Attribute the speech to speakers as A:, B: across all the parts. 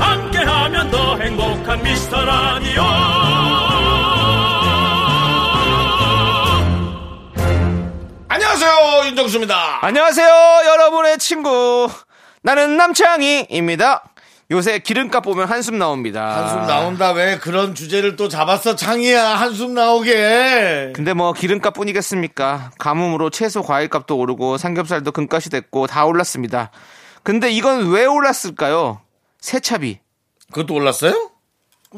A: 함께하면 더 행복한 미스터라디오
B: 안녕하세요 윤정수입니다.
C: 안녕하세요, 여러분의 친구. 나는 남창희입니다. 요새 기름값 보면 한숨 나옵니다.
B: 한숨 나온다 왜 그런 주제를 또 잡았어 창이야 한숨 나오게.
C: 근데 뭐 기름값 뿐이겠습니까? 가뭄으로 채소 과일값도 오르고 삼겹살도 금값이 됐고 다 올랐습니다. 근데 이건 왜 올랐을까요? 세차비.
B: 그것도 올랐어요?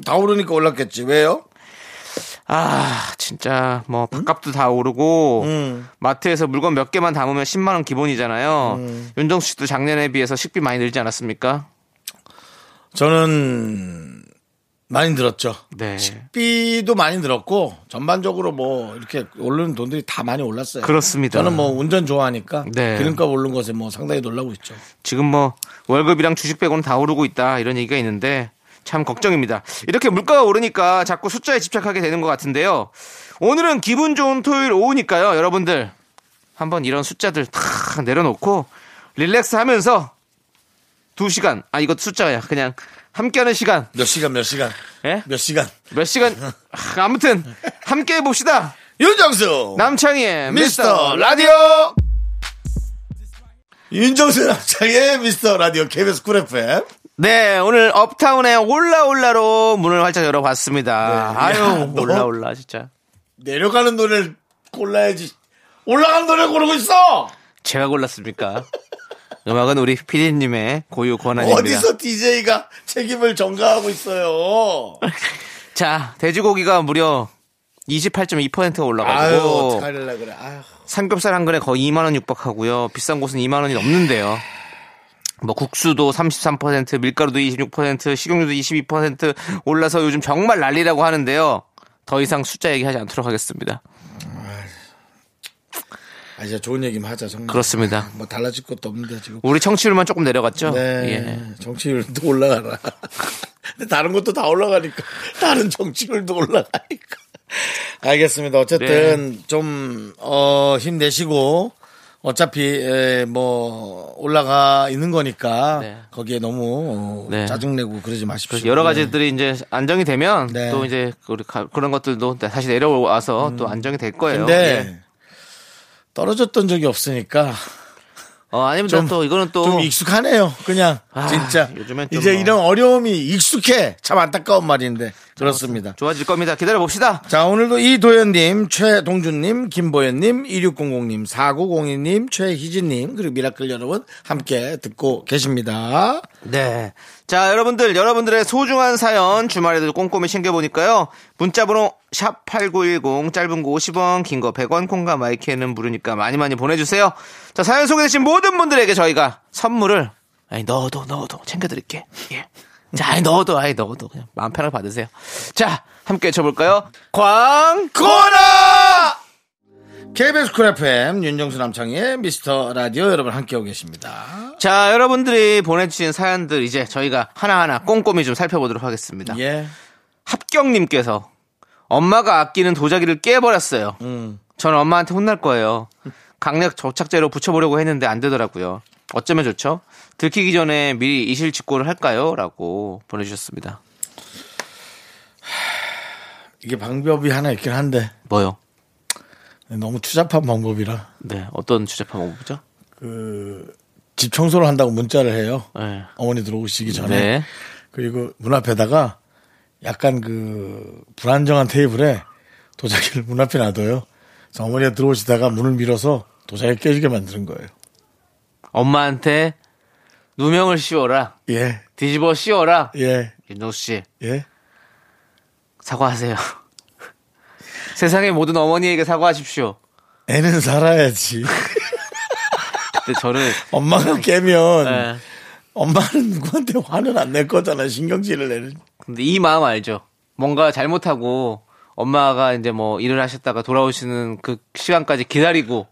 B: 다 오르니까 올랐겠지 왜요?
C: 아, 진짜 뭐 밥값도 다 오르고 마트에서 물건 몇 개만 담으면 10만 원 기본이잖아요. 윤정수 씨도 작년에 비해서 식비 많이 늘지 않았습니까?
B: 저는 많이 늘었죠.
C: 네.
B: 식비도 많이 늘었고 전반적으로 뭐 이렇게 오르는 돈들이 다 많이 올랐어요.
C: 그렇습니다.
B: 저는 뭐 운전 좋아하니까
C: 네.
B: 기름값 오른 것에 뭐 상당히 놀라고 있죠.
C: 지금 뭐 월급이랑 주식 빼고는 다 오르고 있다 이런 얘기가 있는데 참 걱정입니다. 이렇게 물가가 오르니까 자꾸 숫자에 집착하게 되는 것 같은데요. 오늘은 기분 좋은 토요일 오후니까요, 여러분들 한번 이런 숫자들 다 내려놓고 릴렉스 하면서 두 시간 아 이거 숫자야 그냥 함께하는 시간
B: 몇 시간 몇 시간
C: 예?
B: 몇 시간
C: 몇 시간 아, 아무튼 함께 해봅시다.
B: 윤정수
C: 남창희의
B: 미스터
C: 미스터
B: 라디오 윤정수 남창의 미스터 라디오 KBS 쿨 FM
C: 네, 오늘 업타운의 올라올라로 문을 활짝 열어봤습니다.
B: 네.
C: 아유,
B: 야, 너-
C: 올라올라, 진짜.
B: 내려가는 노래를 골라야지 올라가는 노래 고르고 있어
C: 제가 골랐습니까? 음악은 우리 피디님의 고유 권한입니다.
B: 어디서 DJ가 책임을 전가하고 있어요
C: 자, 돼지고기가 무려 28.2%가
B: 아유
C: 올라가고
B: 어떡하려 그래 아유
C: 삼겹살 한 근에 거의 2만 원 육박하고요. 비싼 곳은 2만 원이 넘는데요. 뭐 국수도 33%, 밀가루도 26%, 식용유도 22% 올라서 요즘 정말 난리라고 하는데요. 더 이상 숫자 얘기하지 않도록 하겠습니다.
B: 아 이제 좋은 얘기만 하자 정말
C: 그렇습니다.
B: 뭐 달라질 것도 없는데 지금
C: 우리 청취율만 조금 내려갔죠?
B: 네
C: 예.
B: 정치율도 올라가라 근데 다른 것도 다 올라가니까 다른 정치율도 올라가니까 알겠습니다 어쨌든
C: 네.
B: 좀 어, 힘내시고 어차피 에, 뭐 올라가 있는 거니까
C: 네.
B: 거기에 너무 어,
C: 네.
B: 짜증내고 그러지 마십시오 예.
C: 그래서 여러 가지들이 이제 안정이 되면
B: 그렇죠. 네.
C: 또 이제 우리 가- 그런 것들도 네, 다시 내려와서 또 안정이 될 거예요.
B: 음. 근데
C: 예.
B: 떨어졌던 적이 없으니까
C: 어, 아닙니다.
B: 좀-
C: 또 이거는 또
B: 좀 익숙하네요. 그냥
C: 아,
B: 진짜
C: 요즘엔 좀
B: 이제
C: 뭐-
B: 이런 어려움이 익숙해. 참 안타까운 말인데 그렇습니다.
C: 좋아질 겁니다. 기다려 봅시다.
B: 자 오늘도 이도현님, 최동준님, 김보현님, 2600님, 4902님, 최희진님 그리고 미라클 여러분 함께 듣고 계십니다.
C: 네. 자, 여러분들, 여러분들의 소중한 사연 주말에도 꼼꼼히 챙겨보니까요. 문자번호 샵8910, 짧은 거 50원, 긴 거 100원, 콩과 마이크에는 무료니까 많이 많이 보내주세요. 자, 사연 소개되신 모든 분들에게 저희가 선물을, 아니, 넣어도, 넣어도 챙겨드릴게. 예. 자, 아니, 넣어도, 아니, 넣어도. 그냥 마음 편하게 받으세요. 자, 함께 쳐볼까요? 광!
B: 코너 KBS 쿨 FM 윤정수 남창희의 미스터 라디오 여러분 함께하고 계십니다.
C: 자, 여러분들이 보내주신 사연들 이제 저희가 하나하나 꼼꼼히 좀 살펴보도록 하겠습니다.
B: 예.
C: 합경님께서 엄마가 아끼는 도자기를 깨버렸어요. 저는 엄마한테 혼날 거예요. 강력 접착제로 붙여보려고 했는데 안 되더라고요. 어쩌면 좋죠? 들키기 전에 미리 이실직고를 할까요? 라고 보내주셨습니다.
B: 이게 방법이 하나 있긴 한데
C: 뭐요?
B: 너무 추잡한 방법이라 그,
C: 네, 어떤 주제파 먹어보죠?
B: 집 청소를 한다고 문자를 해요.
C: 네.
B: 어머니 들어오시기 전에
C: 네.
B: 그리고 문 앞에다가 약간 그 불안정한 테이블에 도자기를 문 앞에 놔둬요. 그래서 어머니가 들어오시다가 문을 밀어서 도자기 깨지게 만드는 거예요.
C: 엄마한테 누명을 씌워라.
B: 예,
C: 뒤집어 씌워라.
B: 예,
C: 윤정수 씨,
B: 예.
C: 사과하세요. 세상의 모든 어머니에게 사과하십시오.
B: 애는 살아야지.
C: 근데 저는,
B: 엄마가 깨면
C: 네.
B: 엄마는 누구한테 화는 안 낼 거잖아. 신경질을 내는.
C: 근데 이 마음 알죠? 뭔가 잘못하고 엄마가 이제 뭐 일을 하셨다가 돌아오시는 그 시간까지 기다리고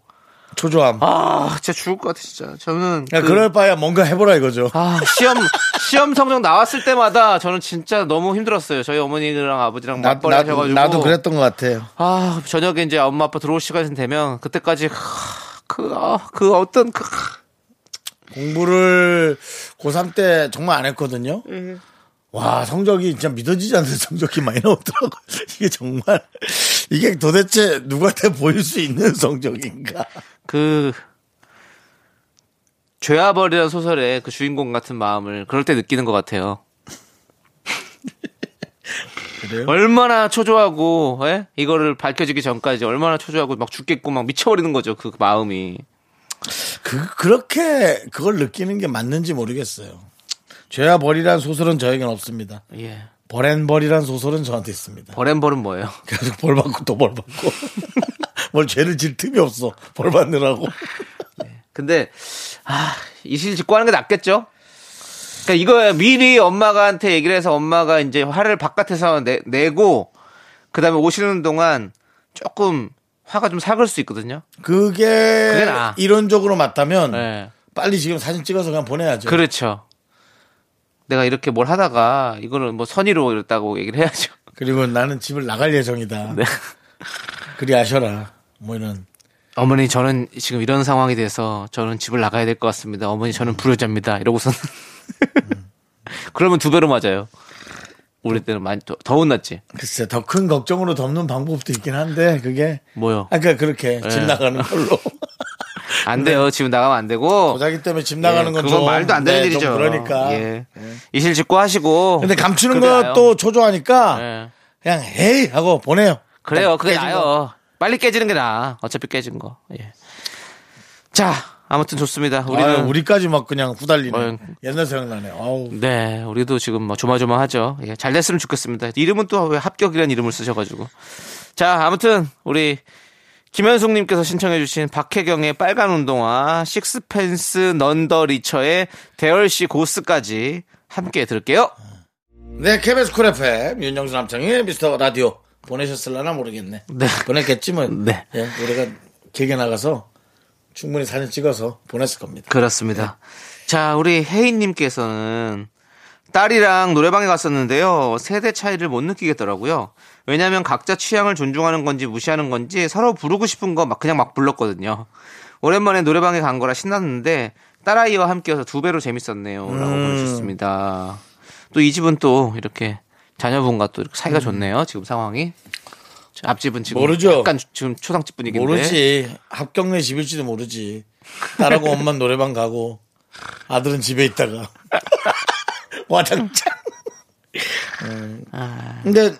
B: 초조함.
C: 아 진짜 죽을 것 같아 진짜 저는
B: 야,
C: 그-
B: 그럴 바야 뭔가 해보라 이거죠.
C: 아 시험 시험 성적 나왔을 때마다 저는 진짜 너무 힘들었어요 저희 어머니랑 아버지랑
B: 나,
C: 맞벌이 하셔가지고
B: 도 그랬던 것 같아요.
C: 아 저녁에 이제 엄마 아빠 들어올 시간 되면 그때까지 그그 아, 그 어떤 그
B: 공부를 고3 때 정말 안 했거든요. 와, 성적이 진짜 믿어지지 않는 성적이 많이 나오더라고요. 이게 정말, 이게 도대체 누구한테 보일 수 있는 성적인가.
C: 그 죄아벌이라는 소설의 그 주인공 같은 마음을 그럴 때 느끼는 것 같아요.
B: 그래요?
C: 얼마나 초조하고 예? 이거를 밝혀지기 전까지 얼마나 초조하고 막 죽겠고 막 미쳐버리는 거죠 그 마음이.
B: 그, 그렇게 그걸 느끼는 게 맞는지 모르겠어요. 죄와 벌이란 소설은 저에겐 없습니다.
C: 예.
B: 벌앤벌이란 소설은 저한테 있습니다.
C: 버렌벌은 뭐예요?
B: 계속 벌 받고 또 벌 받고. 뭘 죄를 질 틈이 없어. 벌 받느라고.
C: 근데 아 이실직고하는 게 낫겠죠? 그러니까 이거 미리 엄마가한테 얘기를 해서 엄마가 이제 화를 바깥에서 내, 내고 그다음에 오시는 동안 조금 화가 좀 삭을 수 있거든요.
B: 그게,
C: 나아.
B: 이론적으로 맞다면
C: 네.
B: 빨리 지금 사진 찍어서 그냥 보내야죠.
C: 그렇죠. 내가 이렇게 뭘 하다가 이거는 뭐 선의로 이랬다고 얘기를 해야죠.
B: 그리고 나는 집을 나갈 예정이다.
C: 네.
B: 그리 아셔라. 뭐 이런.
C: 어머니 저는 지금 이런 상황이 돼서 저는 집을 나가야 될 것 같습니다. 어머니 저는 불효자입니다. 이러고선 그러면 두 배로 맞아요. 우리 때는 많이 더, 더 혼났지.
B: 글쎄, 더 큰 걱정으로 덮는 방법도 있긴 한데, 그게.
C: 뭐요?
B: 아, 그러니까 그렇게
C: 네.
B: 집 나가는 걸로.
C: 안 돼요. 지금 나가면 안 되고.
B: 도자기 때문에 집 네. 나가는
C: 예,
B: 건
C: 그건
B: 좀.
C: 말도 안 되는
B: 네, 좀
C: 일이죠.
B: 그러니까.
C: 예. 이실직고 하시고.
B: 근데 감추는
C: 그게 나아요.
B: 것도 초조하니까
C: 예.
B: 그냥 에이 하고 보내요.
C: 그래요. 그게
B: 깨진 거.
C: 나요. 빨리 깨지는 게 나아. 어차피 깨진 거. 예. 자, 아무튼 좋습니다. 우리는
B: 아유, 우리까지 막 그냥 후달리네.
C: 어이.
B: 옛날 생각나네. 아우.
C: 네, 우리도 지금 뭐 조마조마하죠. 예, 잘 됐으면 좋겠습니다. 이름은 또 왜 합격이라는 이름을 쓰셔가지고. 자, 아무튼 우리 김현숙님께서 신청해주신 박혜경의 빨간 운동화, 식스펜스 넌더 리처의 대열 씨 고스까지 함께 들을게요.
B: 네, KBS 쿨 FM 윤정수 남창의 미스터 라디오 보내셨을라나 모르겠네.
C: 네.
B: 보냈겠지 뭐.
C: 네.
B: 예, 우리가 길게 나가서 충분히 사진 찍어서 보냈을 겁니다.
C: 그렇습니다.
B: 네.
C: 자, 우리 혜인님께서는 딸이랑 노래방에 갔었는데요. 세대 차이를 못 느끼겠더라고요. 왜냐면 각자 취향을 존중하는 건지 무시하는 건지 서로 부르고 싶은 거 막 그냥 막 불렀거든요. 오랜만에 노래방에 간 거라 신났는데 딸아이와 함께여서 두 배로 재밌었네요. 라고
B: 음.
C: 보내주셨습니다. 또 이 집은 또 이렇게 자녀분과 또 이렇게 사이가 좋네요. 지금 상황이. 앞집은 지금
B: 음. 모르죠.
C: 약간 지금 초상집 분위기인데.
B: 모르지. 합격내 집일지도 모르지. 딸하고 엄마 는 노래방 가고 아들은 집에 있다가 와장창. 음,
C: 아.
B: 근데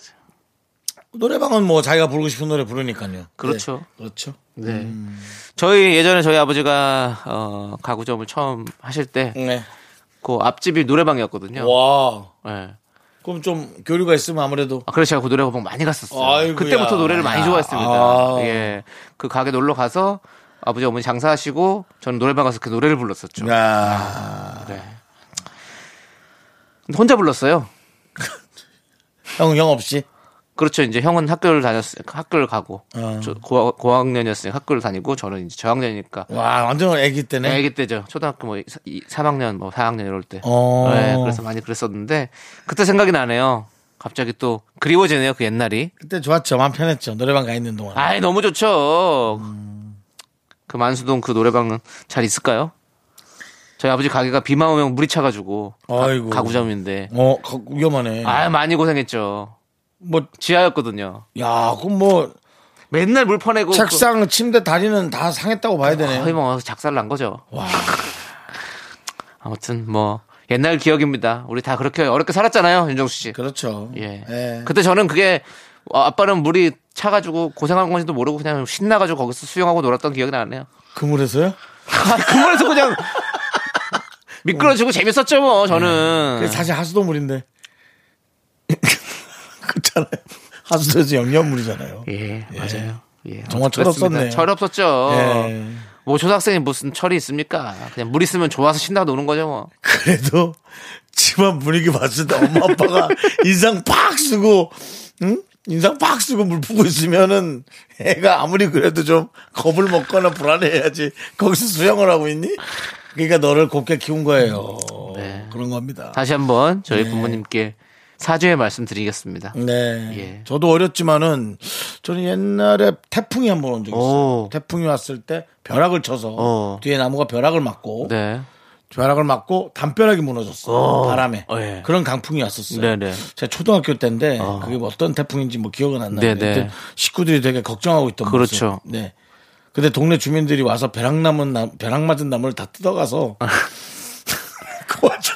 B: 노래방은 뭐 자기가 부르고 싶은 노래 부르니까요.
C: 그렇죠.
B: 네, 그렇죠.
C: 네. 저희 예전에 저희 아버지가 어, 가구점을 처음 하실 때 그
B: 네.
C: 앞집이 노래방이었거든요.
B: 와.
C: 예.
B: 그럼 좀 교류가 있으면 아무래도
C: 아, 그래서 제가 그 노래방 많이 갔었어요.
B: 아이고야.
C: 그때부터 노래를 많이 좋아했습니다.
B: 아.
C: 예. 그 가게 놀러 가서 아버지 어머니 장사하시고 저는 노래방 가서 그 노래를
B: 그렇죠.
C: 불렀었죠. 네.
B: 야.
C: 근데 혼자 불렀어요.
B: 형, 형 없이.
C: 그렇죠. 이제 형은 학교를 다녔어요. 학교를 가고
B: 어.
C: 저 고하, 고학년이었으니 학교를 다니고 저는 이제 저학년이니까
B: 와, 완전 애기 때네.
C: 애기 때죠. 초등학교 뭐 3학년, 뭐 4학년 이럴 때.
B: 어.
C: 네, 그래서 많이 그랬었는데 그때 생각이 나네요. 갑자기 또 그리워지네요. 그 옛날이.
B: 그때 좋았죠. 마음 편했죠. 노래방 가 있는 동안.
C: 아이 너무 좋죠. 그 만수동 그 노래방은 잘 있을까요? 저희 아버지 가게가 비만 오면 물이 차가지고 가-
B: 아이고.
C: 가구점인데.
B: 어, 거- 위험하네.
C: 아 많이 고생했죠.
B: 뭐,
C: 지하였거든요.
B: 야, 그럼 뭐,
C: 맨날 물 퍼내고 그-
B: 책상, 침대, 다리는 다 상했다고 봐야 되네.
C: 거의
B: 요
C: 뭐 작살 난 거죠.
B: 와.
C: 아무튼 뭐 옛날 기억입니다. 우리 다 그렇게 어렵게 살았잖아요, 윤정수 씨.
B: 그렇죠.
C: 예.
B: 예.
C: 그때 저는 그게 아, 아빠는 물이 차가지고 고생한 건지도 모르고 그냥 신나가지고 거기서 수영하고 놀았던 기억이 나네요.
B: 그물에서요?
C: 그물에서 그냥 미끄러지고 재밌었죠 뭐 저는.
B: 음. 예. 그게 네, 사실 하수도물인데. 그렇잖아요. 하수도에서 영양물이잖아요.
C: 예, 맞아요. 예.
B: 정말 철 없었네.
C: 철 없었죠.
B: 예.
C: 뭐 초등학생이 무슨 철이 있습니까? 그냥 물 있으면 좋아서 신나고 노는 거죠 뭐.
B: 그래도 집안 분위기 봤을 때 엄마 아빠가 인상 팍 쓰고 응? 인상 팍 쓰고 물 푸고 있으면은 애가 아무리 그래도 좀 겁을 먹거나 불안해야지 거기서 수영을 하고 있니? 그러니까 너를 곱게 키운 거예요. 그런 겁니다.
C: 네. 다시 한번 저희
B: 예.
C: 부모님께 사죄의 말씀 드리겠습니다.
B: 네.
C: 예.
B: 저도 어렸지만은 저는 옛날에 태풍이 한 번 온 적이 있어요.
C: 오.
B: 태풍이 왔을 때 벼락을 쳐서
C: 어.
B: 뒤에 나무가 벼락을 맞고
C: 네.
B: 벼락을 맞고 담벼락이 무너졌어.
C: 어.
B: 바람에.
C: 어, 예.
B: 그런 강풍이 왔었어요.
C: 네네.
B: 제가 초등학교 때인데 그게 뭐 어떤 태풍인지 뭐 기억은 안 나는데
C: 네네.
B: 그때 식구들이 되게 걱정하고 있던
C: 그렇죠.
B: 모습. 네. 근데 동네 주민들이 와서 벼락 남은 나- 벼락 맞은 나무를 다 뜯어가서
C: 아.
B: 그 와중에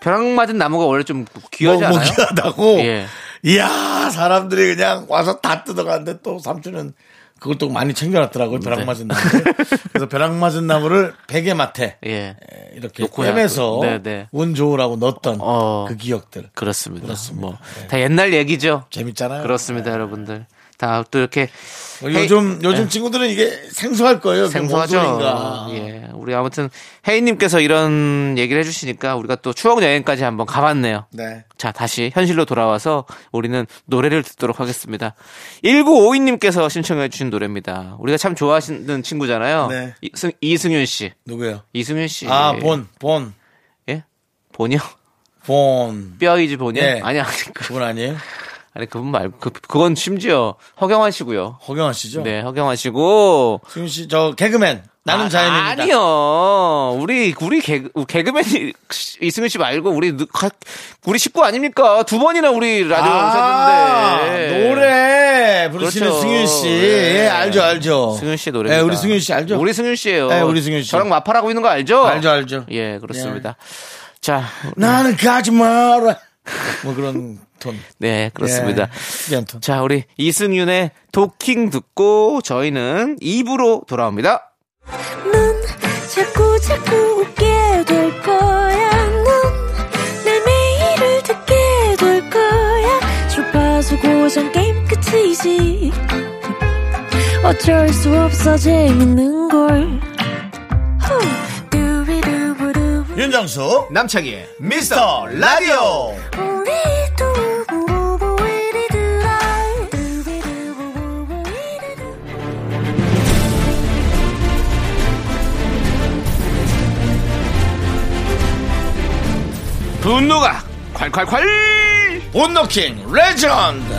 C: 벼락 맞은 나무가 원래 좀 귀하지
B: 뭐, 뭐
C: 않아요?
B: 귀하다고.
C: 예.
B: 이야 사람들이 그냥 와서 다 뜯어가는데 또 삼촌은 그걸 또 많이 챙겨놨더라고요.
C: 네.
B: 벼락 맞은 나무. 그래서 벼락 맞은 나무를 베개 맡에
C: 예.
B: 예, 이렇게
C: 놓고 해야
B: 꿰매서
C: 또. 네, 네.
B: 운 좋으라고 넣었던
C: 어.
B: 그 기억들
C: 그렇습니다. 뭐, 다 옛날 얘기죠.
B: 재밌잖아요.
C: 그렇습니다,
B: 네.
C: 여러분들. 다 또 이렇게
B: 어, 요즘 요즘 친구들은 이게 생소할 거예요. 그게 뭔 소린가.
C: 생소하죠. 네. 예. 우리 아무튼 혜인님께서 이런 얘기를 해주시니까 우리가 또 추억 여행까지 한번 가봤네요.
B: 네.
C: 자, 다시 현실로 돌아와서 우리는 노래를 듣도록 하겠습니다. 1952님께서 신청해주신 노래입니다. 우리가 참 좋아하시는 친구잖아요.
B: 네.
C: 이승, 이승윤 씨.
B: 누구예요?
C: 이승윤 씨.
B: 아, 본, 본,
C: 예? 본이요?
B: 본.
C: 뼈이지 본이요?
B: 네.
C: 아니, 아니, 그,
B: 그분 아니에요?
C: 아니, 그분 말고, 그, 그건 심지어 허경환 씨고요
B: 허경환 씨죠?
C: 네, 허경환 씨고.
B: 승윤 씨, 저 개그맨. 나는
C: 아,
B: 자연입니다.
C: 아니요. 우리, 우리 개그, 개그맨 이승윤 씨 말고 우리, 누- 가- 우리 식구 아닙니까? 두 번이나 우리 라디오
B: 아,
C: 오셨는데.
B: 노래 부르시는
C: 그렇죠.
B: 승윤 씨.
C: 네.
B: 예, 알죠, 알죠.
C: 승윤 씨 노래.
B: 예, 우리 승윤 씨 알죠?
C: 우리 승윤 씨예요.
B: 네, 우리 승윤 씨.
C: 저랑 마팔하고 있는 거 알죠?
B: 알죠, 네. 알죠.
C: 예, 그렇습니다. 자,
B: 나는 가지 마라. 뭐 그런 톤.
C: 네, 그렇습니다.
B: 예, 특이한 톤.
C: 자, 우리 이승윤의 도킹 듣고 저희는 2부로 돌아옵니다.
D: 넌 자꾸 자꾸 웃게 될 거야. 넌내 매일을 듣게 될 거야. 주파수 고정 게임 끝이지. 어쩔 수 없어 재밌는 걸. 후. 두비두부두.
B: 윤정수,
C: 남창희의
B: 미스터 라디오.
D: 우리 두부부부 우리 두라. 두비두부부부 우리 두라.
C: 분노가 콸콸콸!
B: 온노킹 레전드.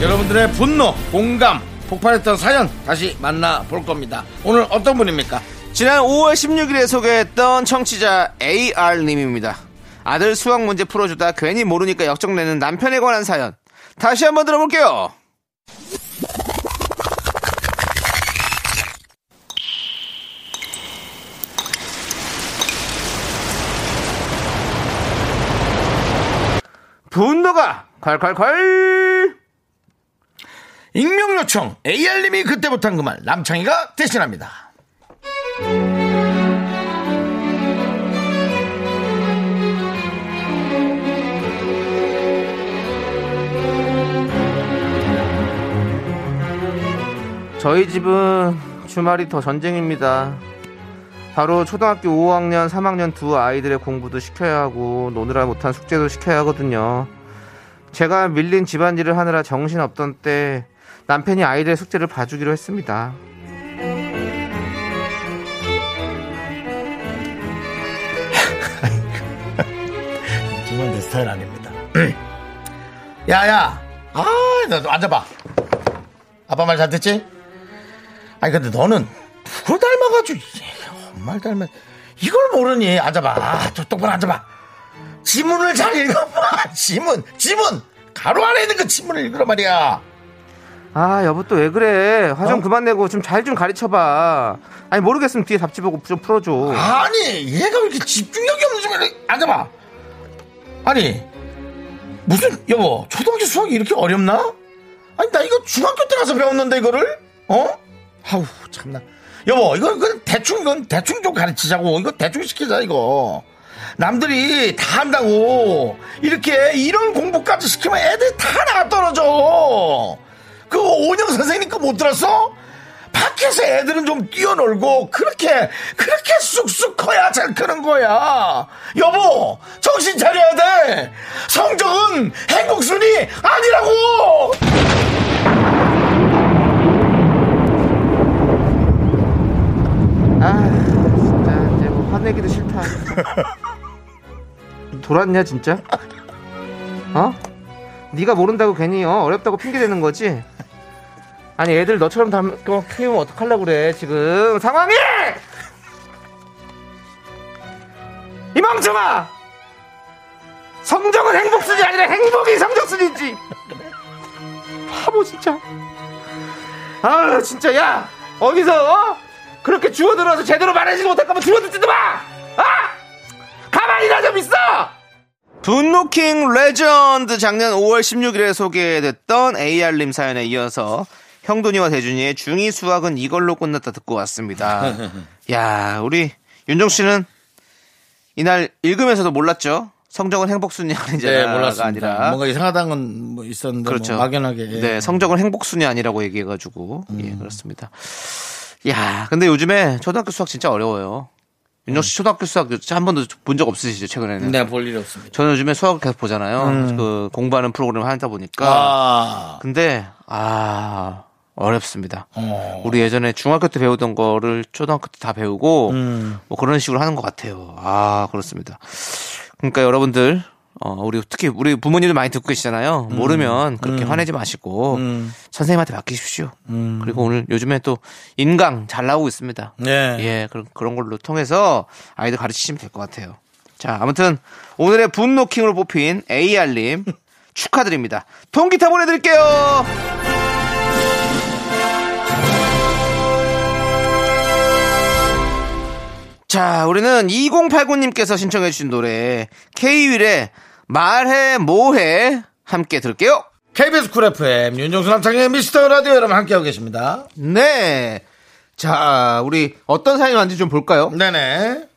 B: 여러분들의 분노, 공감, 폭발했던 사연 다시 만나볼 겁니다. 오늘 어떤 분입니까?
C: 지난 5월 16일에 소개했던 청취자 AR님입니다. 아들 수학 문제 풀어주다 괜히 모르니까 역정내는 남편에 관한 사연. 다시 한번 들어볼게요. 분노가 콸콸콸!
B: 익명 요청 AR님이 그때 못한 그 말 남창희가 대신합니다.
C: 저희 집은 주말이 더 전쟁입니다. 바로 초등학교 5학년, 3학년 두 아이들의 공부도 시켜야 하고 노느라 못한 숙제도 시켜야 하거든요. 제가 밀린 집안일을 하느라 정신없던 때 남편이 아이들의 숙제를 봐주기로 했습니다.
B: 정말 내 스타일 아닙니다. 야야, 아나좀 앉아봐. 아빠 말 잘 듣지? 아니 근데 너는 누굴 닮아가지고 얘가 엄마를 닮아 이걸 모르니 앉아봐. 아, 저 똑바로 앉아봐. 지문을 잘 읽어봐. 지문, 지문. 가로 안에 있는 그 지문을 읽으란 말이야.
C: 아 여보 또 왜 그래? 화 좀
B: 어?
C: 그만 내고 좀 잘 좀 가르쳐봐. 아니 모르겠으면 뒤에 답지 보고 좀 풀어줘.
B: 아니 얘가 왜 이렇게 집중력이 없는지 말해 앉아봐 아니 무슨 여보 초등학교 수학이 이렇게 어렵나 아니 나 이거 중학교 때 가서 배웠는데 이거를 어 아우 참나 여보 이거 그냥 대충 이건 대충 좀 가르치자고 이거 대충 시키자 이거 남들이 다 한다고 이렇게 이런 공부까지 시키면 애들 다 나가 떨어져 그 오은영 선생님 거 못 들었어?
E: 밖에서 애들은 좀 뛰어놀고 그렇게 그렇게 쑥쑥 커야 잘 크는 거야. 여보, 정신 차려야 돼. 성적은 행복순이 아니라고.
C: 아 진짜 이제 뭐 화내기도 싫다 돌았냐 진짜? 어? 네가 모른다고 괜히 어, 어렵다고 핑계대는 거지? 아니 애들 너처럼 닮고 키우면 어떡하려고 그래 지금 상황이! 이 멍청아! 성적은 행복순이 아니라 행복이 성적순이지 바보 진짜 아 진짜 야 어디서 어? 그렇게 주워들어서 제대로 말하지 못할까봐 주워듣지도 마! 아! 가만히나 좀 있어!
E: 분노킹
C: 레전드 작년 5월 16일에 소개됐던 AR님 사연에 이어서 형돈이와 대준이의 중2 수학은 이걸로 끝났다 듣고 왔습니다. 야 우리 윤정 씨는 이날 읽으면서도 몰랐죠? 성적은 행복순이
B: 네,
C: 아니잖아요.
B: 몰랐습니다.
C: 아니라
B: 뭔가 이상하다는 건뭐 있었는데
C: 그렇죠.
B: 뭐 막연하게 예. 음.
C: 네, 성적은 행복순이 아니라고 얘기해가지고 예 그렇습니다. 야, 근데 요즘에 초등학교 수학 진짜 어려워요. 윤정 씨 초등학교 수학 한 번도 본 적 없으시죠 최근에는?
B: 네, 볼 일이 없습니다.
C: 저는 요즘에 수학을 계속 보잖아요. 그 공부하는 프로그램 하다 보니까.
B: 음. 아,
C: 근데 아 어렵습니다. 우리 예전에 중학교 때 배우던 거를 초등학교 때 다 배우고
B: 음.
C: 뭐 그런 식으로 하는 것 같아요. 아 그렇습니다. 그러니까 여러분들 어, 우리 특히 우리 부모님들 많이 듣고 계시잖아요.
B: 음.
C: 모르면 그렇게 화내지 마시고 선생님한테 맡기십시오. 그리고 오늘 요즘에 또 인강 잘 나오고 있습니다.
B: 음. 네.
C: 예, 그런, 그런 걸로 통해서 아이들 가르치시면 될 것 같아요. 자, 아무튼 오늘의 분노킹으로 뽑힌 AR님 축하드립니다. 통기타 보내드릴게요! 자, 우리는 2089님께서 신청해주신 노래, K-윌의 말해, 뭐해, 함께 들을게요.
B: KBS 쿨 FM 윤정수 남창의 미스터 라디오 여러분 함께하고 계십니다.
C: 네. 자, 우리 어떤 사연이 왔는지 좀 볼까요?
B: 네네.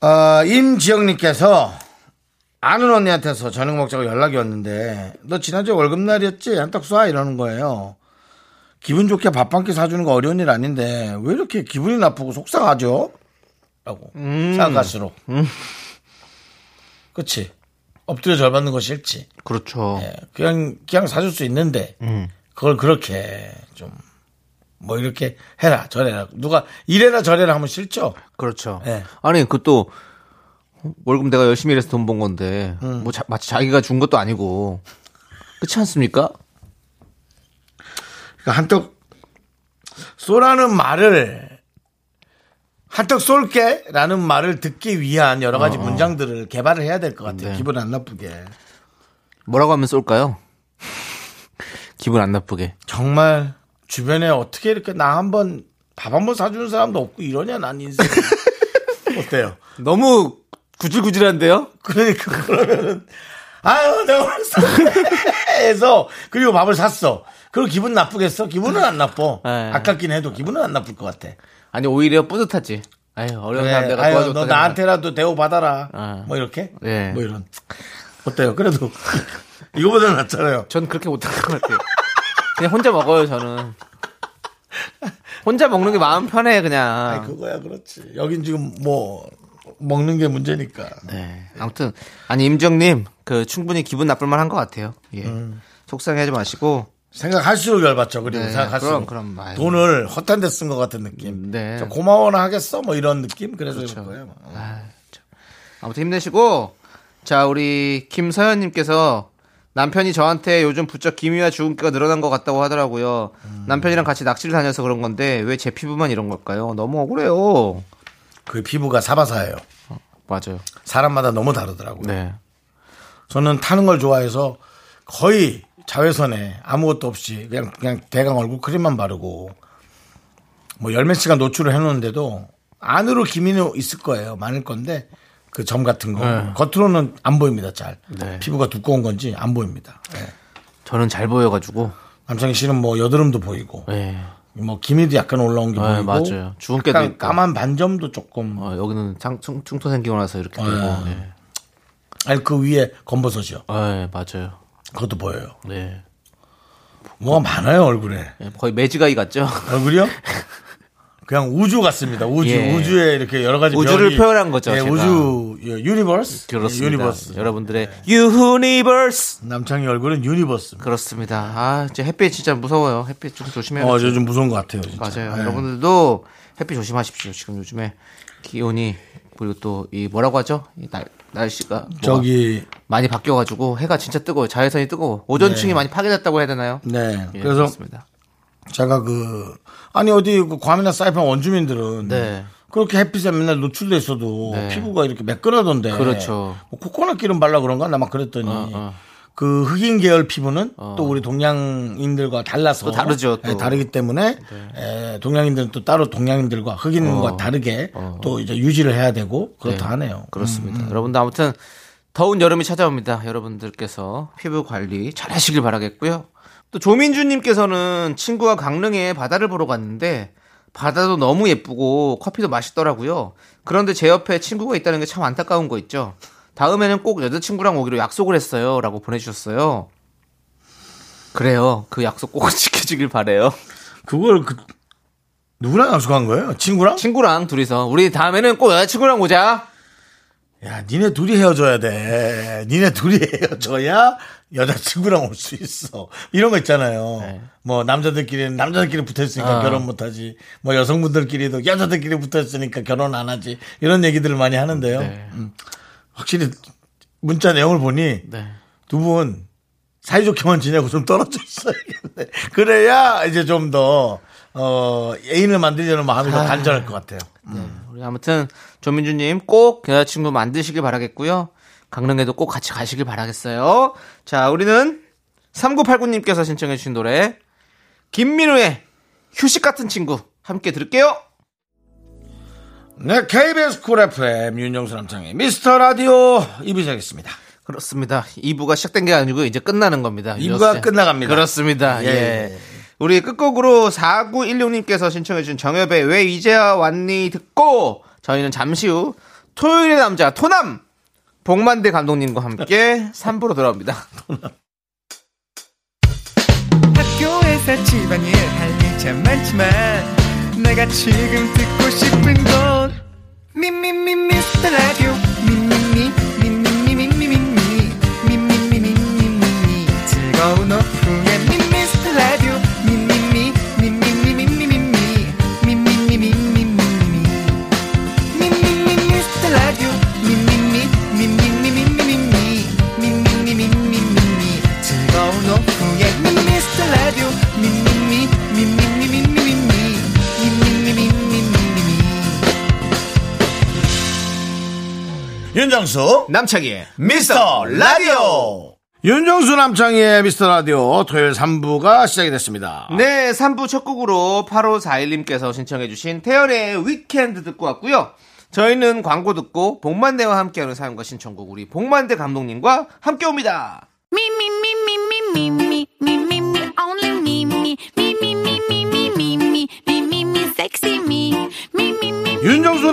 B: 어, 임지영님께서 아는 언니한테서 저녁 먹자고 연락이 왔는데 너 지난주에 월급날이었지? 한턱 쏴 이러는 거예요. 기분 좋게 밥 한 끼 사주는 거 어려운 일 아닌데 왜 이렇게 기분이 나쁘고 속상하죠? 라고 생각할수록 그치 엎드려 절 받는 거 싫지
C: 그렇죠. 음.
B: 예, 그냥 그냥 사줄 수 있는데 그걸 그렇게 좀 뭐 이렇게 해라 저래라 누가 이래라 저래라 하면 싫죠
C: 그렇죠.
B: 예.
C: 아니, 그 또, 월급 내가 열심히 일해서 돈 번 건데, 뭐, 자- 마치 자기가 준 것도 아니고, 그렇지 않습니까?
B: 그러니까 한턱 쏘라는 말을 한턱 쏠게라는 말을 듣기 위한 여러 가지 문장들을 개발을 해야 될 것 같아요 기분 안 나쁘게
C: 뭐라고 하면 쏠까요? 기분 안 나쁘게.
B: 정말 주변에 어떻게 이렇게 나 한번 밥 한 번 사주는 사람도 없고 이러냐 난 인생 어때요
C: 너무 구질구질한데요?
B: 그러니까 그러면은 아유 내가 오늘 샀네해서 그리고 밥을 샀어. 그리고 기분 나쁘겠어? 기분은 안 나빠.
C: 네.
B: 아깝긴 해도 기분은 안 나쁠 것 같아.
C: 아니, 오히려 뿌듯하지. 네, 아유, 어려운 사람
B: 그래,
C: 내가
B: 아유
C: 도와줬다.
B: 너 나한테라도 대우 받아라.
C: 아.
B: 뭐 이렇게?
C: 예.
B: 뭐 이런. 어때요? 그래도 이거보다 낫잖아요.
C: 전 그렇게 못할 것 같아요. 그냥 혼자 먹어요, 저는. 혼자 먹는 게 마음 편해, 그냥.
B: 아이, 그거야 그렇지. 여긴 지금 뭐 먹는 게 문제니까.
C: 네. 아무튼 아니 임정님 그 충분히 기분 나쁠 만한 것 같아요. 예. 속상해하지 마시고
B: 생각할수록 열받죠. 그리고
C: 네,
B: 생각할수록
C: 그럼, 그럼, 아유.
B: 돈을 헛된 데 쓴 것 같은 느낌.
C: 네. 그렇죠. 아,
B: 저 고마워나 하겠어? 뭐 이런 느낌? 그래서 그럴 거예요.
C: 아무튼 힘내시고 자 우리 김서연님께서 남편이 저한테 요즘 부쩍 기미와 주근깨가 늘어난 것 같다고 하더라고요. 남편이랑 같이 낚시를 다녀서 그런 건데 왜 제 피부만 이런 걸까요? 너무 억울해요.
B: 그 피부가 사바사예요.
C: 맞아요.
B: 사람마다 너무 다르더라고요.
C: 네.
B: 저는 타는 걸 좋아해서 거의 자외선에 아무것도 없이 그냥 그냥 대강 얼굴 크림만 바르고 뭐 열 몇 시간 노출을 해놓는데도 안으로 기미는 있을 거예요. 많을 건데 그 점 같은 거 겉으로는 안 보입니다. 잘
C: 네.
B: 피부가 두꺼운 건지 안 보입니다. 예.
C: 저는 잘 보여가지고
B: 남창희 씨는 뭐 여드름도 보이고
C: 예.
B: 뭐 기미도 약간 올라온 게
C: 네,
B: 보이고
C: 맞아요. 주근깨도
B: 약간
C: 있고.
B: 까만 반점도 조금
C: 어, 여기는 장, 충, 충토 생기고 나서 이렇게 되고
B: 어.
C: 예.
B: 아니 그 위에 검버섯이요.
C: 아, 예, 맞아요.
B: 그것도 보여요.
C: 네.
B: 뭐가 많아요 얼굴에.
C: 예, 거의 매지가이 같죠?
B: 얼굴이요? 그냥 우주 같습니다. 우주
C: 예.
B: 우주에 이렇게 여러 가지
C: 우주를
B: 변이.
C: 표현한 거죠,
B: 예,
C: 제가.
B: 우주 예, 유니버스.
C: 그렇습니다.
B: 예, 유니버스.
C: 여러분들의
B: 네.
C: 유니버스
B: 남창희 얼굴은 유니버스.
C: 그렇습니다. 아, 이제 햇빛 진짜 무서워요. 햇빛 좀 조심해요.
B: 어, 저 좀 무서운 것 같아요. 진짜.
C: 그렇죠. 맞아요.
B: 예.
C: 여러분들도 햇빛 조심하십시오. 지금 요즘에 기온이 그리고 또 이 뭐라고 하죠? 이 날, 날씨가 뭐가
B: 저기
C: 많이 바뀌어가지고 해가 진짜 뜨거워요. 자외선이 뜨거워. 오존층이 많이 파괴됐다고 해야 되나요?
B: 네.
C: 예,
B: 그래서
C: 그렇습니다.
B: 제가 그 아니 어디 그 괌이나 사이판 원주민들은
C: 네.
B: 그렇게 햇빛에 맨날 노출돼 있어도
C: 네.
B: 피부가 이렇게 매끈하던데
C: 그렇죠.
B: 뭐 코코넛 기름 발라 그런가 나막 그랬더니
C: 어.
B: 그 흑인 계열 피부는 또 우리 동양인들과 달라서
C: 또 다르죠, 또. 네.
B: 예, 다르기 때문에 예, 동양인들은 또 따로 동양인들과 흑인과 다르게 또 이제 유지를 해야 되고 그렇다
C: 어. 네.
B: 하네요.
C: 그렇습니다. 여러분들 아무튼 더운 여름이 찾아옵니다. 여러분들께서 피부 관리 잘하시길 바라겠고요. 또 조민주님께서는 친구와 강릉에 바다를 보러 갔는데 바다도 너무 예쁘고 커피도 맛있더라고요. 그런데 제 옆에 친구가 있다는 게 참 안타까운 거 있죠. 다음에는 꼭 여자친구랑 오기로 약속을 했어요라고 보내주셨어요. 그래요. 그 약속 꼭 지켜주길 바래요.
B: 그걸 그 누구랑 약속한 거예요? 친구랑?
C: 친구랑 둘이서 우리 다음에는 꼭 여자친구랑 오자.
B: 야, 니네 둘이 헤어져야 돼. 니네 둘이 헤어져야 여자친구랑 올 수 있어. 이런 거 있잖아요. 뭐, 남자들끼리는 남자들끼리 붙어있으니까
C: 네. 아.
B: 결혼 못 하지. 뭐, 여성분들끼리도 여자들끼리 붙어있으니까 결혼 안 하지. 이런 얘기들을 많이 하는데요.
C: 네.
B: 음. 확실히 문자 내용을 보니
C: 네.
B: 두 분 사이좋게만 지내고 좀 떨어져 있어야겠네. 그래야 이제 좀 더, 어, 애인을 만들려는 마음이 더 간절할 것 같아요.
C: 네, 우리 아무튼 조민주님 꼭 여자친구 만드시길 바라겠고요. 강릉에도 꼭 같이 가시길 바라겠어요. 자, 우리는 3989님께서 신청해주신 노래 김민우의 휴식 같은 친구 함께 들을게요.
B: 네, KBS 쿨 FM 윤정수 남창희 미스터 라디오 2부 시작했습니다.
C: 그렇습니다. 2부가 시작된 게 아니고 이제 끝나는 겁니다.
B: 2부가
C: 이제.
B: 끝나갑니다.
C: 그렇습니다.
B: 예.
C: 예. 우리 끝곡으로 4916님께서 신청해준 정엽의 왜 이제야 왔니 듣고 저희는 잠시 후 토요일의 남자 토남 복만대 감독님과 함께 3부로 돌아옵니다.
F: 학교에서 집안일 할 일 참 많지만 내가 지금 듣고 싶은 건 미미미 미스터 라디오 미미미 미미미 미미미 미미미 미미미 즐거운 오후에 미스터 라디오 미미미 미미미 미미미 미미미 미미미 미미미 미스터 라디오 미미미 미미미 미미미 미미미 미미미 즐거운 오후에 미스터 라디오 미미미 미미미 미미미 미미미 미미미
B: 윤정수
C: 남창희의
B: 미스터 라디오 윤정수 남창희의 미스터 라디오 토요일 3부가 시작이 됐습니다.
C: 네, 3부 첫 곡으로 8541님께서 신청해주신 태연의 위켄드 듣고 왔고요. 저희는 광고 듣고 복만대와 함께하는 사연과 신청곡 우리 복만대 감독님과 함께 옵니다.
D: Me, me, me, me, me, me, me, me, me, me, only me, me, me, me, me, me, me, me, me, me, me, me, sexy me, me, me, me,
B: 윤정수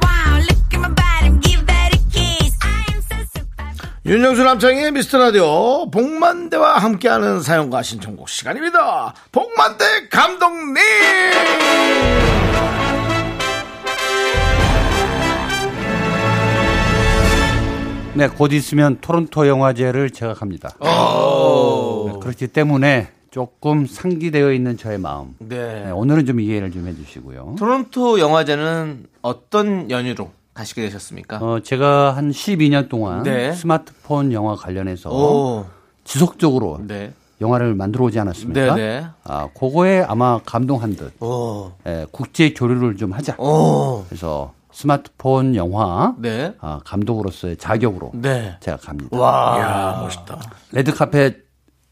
D: wow, look at my body, give that a kiss. I am so super.
B: 윤정수 남창의 미스터라디오 복만대와 함께하는 사연과 신청곡 시간입니다. 복만대 감독님!
G: 네, 곧 있으면 토론토 영화제를 제가 갑니다. 네, 그렇기 때문에 조금 상기되어 있는 저의 마음. 네, 오늘은 좀 이해를 좀 해주시고요.
C: 토론토 영화제는 어떤 연유로 가시게 되셨습니까?
G: 어, 제가 한 12년 동안
C: 네.
G: 스마트폰 영화 관련해서
C: 오,
G: 지속적으로
C: 네.
G: 영화를 만들어 오지 않았습니까?
C: 네네.
G: 아, 그거에 아마 감동한 듯
C: 오,
G: 예, 국제 교류를 좀 하자.
C: 어. 오,
G: 그래서 스마트폰 영화
C: 네.
G: 아, 감독으로서의 자격으로
C: 네.
G: 제가 갑니다.
C: 와.
G: 레드카펫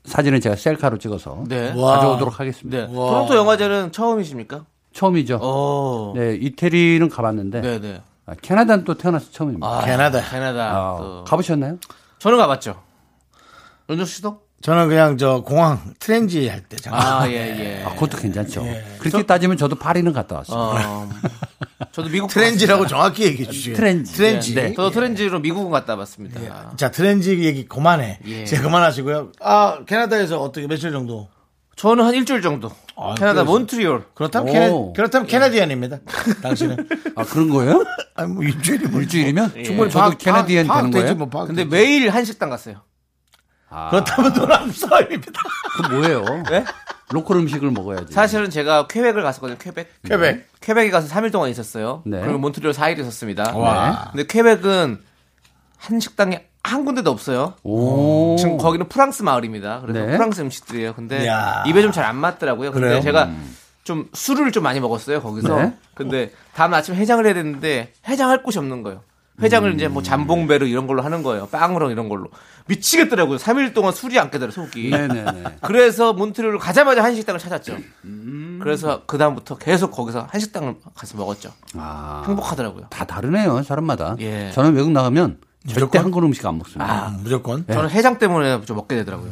G: 사진은 제가 셀카로 찍어서
C: 네.
G: 가져오도록
C: 네.
G: 하겠습니다.
C: 토론토 영화제는 처음이십니까?
G: 처음이죠.
C: 어.
G: 네, 이태리는 가봤는데
C: 네, 네.
G: 아, 캐나다는 또 태어나서 처음입니다.
C: 아,
B: 캐나다.
C: 캐나다.
G: 아,
C: 또.
G: 가보셨나요?
C: 저는 가봤죠. 윤정 씨도?
B: 저는 그냥 저 공항 트렌지 할 때 잠깐.
C: 아, 예, 예.
G: 아, 그것도 괜찮죠. 그렇게 따지면 저도 파리는 갔다 왔어요.
C: 어, 저도 미국
B: 트렌지라고 정확히 얘기해 주시죠.
G: 트렌지.
B: 트렌지.
C: 네, 저도 트렌지로 미국은 갔다 왔습니다.
B: 자, 트렌지 얘기 그만해.
C: 예.
B: 제가 그만하시고요. 아, 캐나다에서 어떻게 며칠 정도?
C: 저는 한 일주일 정도.
B: 아,
C: 캐나다
B: 그래서-
C: 몬트리올.
B: 그렇다면
G: 오. 예.
B: 캐, 그렇다면 캐나디안입니다. 당신은
G: 아, 그런 거예요?
B: 아니 뭐 일주일이 뭐
G: 일주일이면 충분히
B: 파악-
G: 저도 캐나디엔
B: 파악-
G: 되는
B: 파악되지
G: 거예요? 아.
B: 뭐, 파악
C: 근데
B: 되지.
C: 매일 한식당 갔어요.
B: 그렇다면 돈안 써입니다. 네?
G: 그 뭐예요? 로컬 음식을 먹어야지.
C: 사실은 제가 퀘벡을 갔었거든요. 퀘벡.
B: 퀘벡.
C: 퀘벡에 가서 3일 동안 있었어요.
G: 네.
C: 그리고 몬트리올 4일 있었습니다.
G: 와.
C: 근데 퀘벡은 한식당이 한 군데도 없어요.
G: 오.
C: 지금 거기는 프랑스 마을입니다. 그래서
G: 네.
C: 프랑스 음식들이에요. 근데
B: 야.
C: 입에 좀 잘 안 맞더라고요. 근데
B: 그래요?
C: 제가 좀 술을 좀 많이 먹었어요. 거기서.
G: 음. 네.
C: 근데 다음 아침 해장을 해야 되는데 해장할 곳이 없는 거예요. 해장을
G: 음.
C: 이제 뭐 잠봉배로 이런 걸로 하는 거예요. 빵으로 이런 걸로. 미치겠더라고요. 3일 동안 술이 안 깨더라고요. 속이.
G: 네네네.
C: 그래서 몬트리올 가자마자 한식당을 찾았죠.
G: 음.
C: 그래서 그다음부터 계속 거기서 한식당을 가서 먹었죠.
G: 아,
C: 행복하더라고요.
G: 다 다르네요, 사람마다.
C: 예. 아,
G: 저는 외국 나가면 절대 한국 음식 안 먹습니다.
B: 아, 무조건.
G: 네.
C: 저는 해장 때문에 좀 먹게 되더라고요.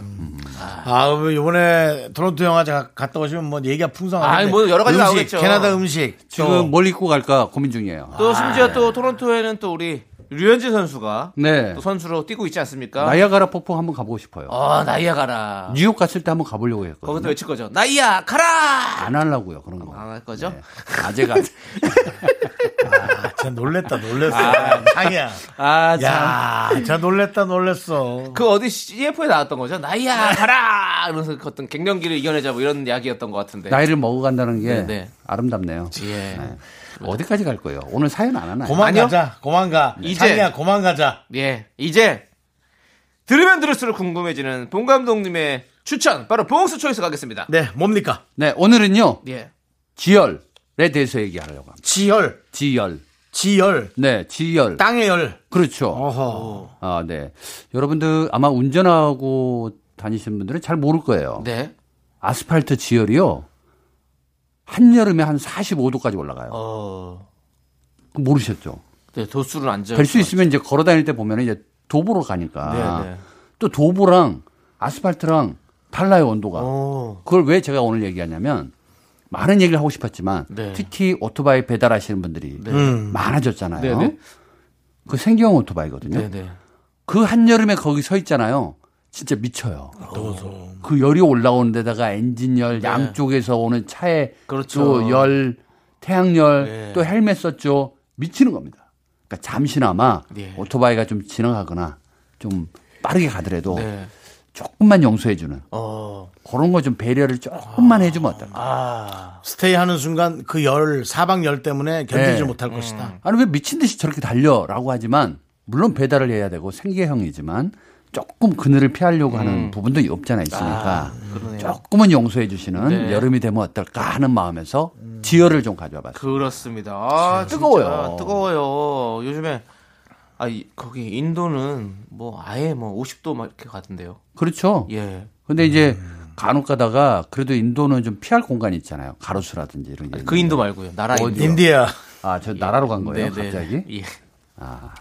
B: 아, 그럼 이번에 토론토 영화제 가- 갔다 오시면 뭐 얘기가 풍성한데.
C: 아이, 뭐 여러 가지
B: 음식,
C: 나오겠죠. 뭐
B: 캐나다 음식. 또
G: 지금 뭘 입고 갈까 고민 중이에요.
C: 또 심지어 또 토론토에는 또 우리 류현진 선수가
G: 네.
C: 또 선수로 뛰고 있지 않습니까?
G: 나이아가라 폭포 한번 가보고 싶어요.
C: 어, 나이야 가라.
G: 뉴욕 갔을 때 한번 가보려고 했거든요.
C: 거기서 아, 외칠 거죠. 나이야 가라.
G: 안 하려고요, 그런 거.
C: 안 할 거죠?
G: 네. 아재가.
B: 진짜 아, 놀랬다, 놀랬어. 장이야.
C: 아, 참.
B: 야, 진짜 놀랬다, 놀랬어.
C: 그 어디 CF에 나왔던 거죠?
G: 네.
C: 나이야 가라. 이러면서 그 어떤 갱년기를 이겨내자 뭐 이런 이야기였던 것 같은데.
G: 나이를 먹어간다는 게
C: 네, 네.
G: 아름답네요.
C: 예.
G: 네. 어디까지 갈 거예요? 오늘 사연 안 하나요?
B: 고만
C: 아니요?
B: 가자, 고만 가.
C: 이제.
B: 장이야, 고만 가자.
G: 네.
C: 예, 이제 들으면 들을수록 궁금해지는 봉 감독님의 추천 바로 봉수 초이스 가겠습니다.
B: 네, 뭡니까?
G: 네, 오늘은요.
C: 예,
G: 지열에 대해서 얘기하려고 합니다.
B: 지혈,
G: 지열.
B: 지혈,
G: 네, 지열.
B: 땅의 열.
G: 그렇죠.
B: 어허.
G: 아, 네. 여러분들 아마 운전하고 다니시는 분들은 잘 모를 거예요.
C: 네,
G: 아스팔트 지열이요. 한여름에 한 45도까지 올라가요.
C: 어,
G: 모르셨죠?
C: 네 도수는 안 져.
G: 될 수 아. 있으면 이제 걸어 다닐 때 보면 이제 도보로 가니까.
C: 네, 네.
G: 또 도보랑 아스팔트랑 달라요, 온도가.
C: 어,
G: 그걸 왜 제가 오늘 얘기하냐면 많은 얘기를 하고 싶었지만
C: 네.
G: 특히 오토바이 배달하시는 분들이 많아졌잖아요.
C: 네, 네.
G: 그 생계형 오토바이거든요.
C: 네, 네.
G: 그 한여름에 거기 서 있잖아요. 진짜 미쳐요. 더워서. 그 열이 올라오는 데다가 엔진 열, 양쪽에서 오는 차의
C: 네. 그렇죠.
G: 또 열, 태양열,
C: 네.
G: 또 헬멧 썼죠. 미치는 겁니다. 그러니까 잠시나마
C: 네.
G: 오토바이가 좀 지나가거나 좀 빠르게 가더라도
C: 네.
G: 조금만 용서해주는
C: 어, 아.
G: 그런 거 좀 배려를 조금만 해주면 어떨까.
B: 스테이 하는 순간 그 열, 사방 열 때문에 견디지
G: 네.
B: 못할
C: 음.
B: 것이다.
G: 아니 왜 미친 듯이 저렇게 달려라고 하지만 물론 배달을 해야 되고 생계형이지만 조금 그늘을 피하려고
C: 음.
G: 하는 부분도 없잖아 있으니까 조금은 용서해 주시는
C: 네.
G: 여름이 되면 어떨까 하는 마음에서 지열을 좀 가져와 봤어요.
C: 그렇습니다. 아, 진짜
G: 뜨거워요.
C: 뜨거워요. 요즘에 아 이- 거기 인도는 뭐 아예 뭐 50도 막 이렇게 가던데요.
G: 그렇죠.
C: 예, 음.
G: 근데 이제 간혹 가다가 그래도 인도는 좀 피할 공간이 있잖아요. 가로수라든지 이런 게.
C: 그 인도 말고요. 나라 인도.
B: 인디아.
G: 아, 저 나라로 뭐 간
C: 네,
G: 거예요,
C: 네.
G: 갑자기. 아.
C: 예.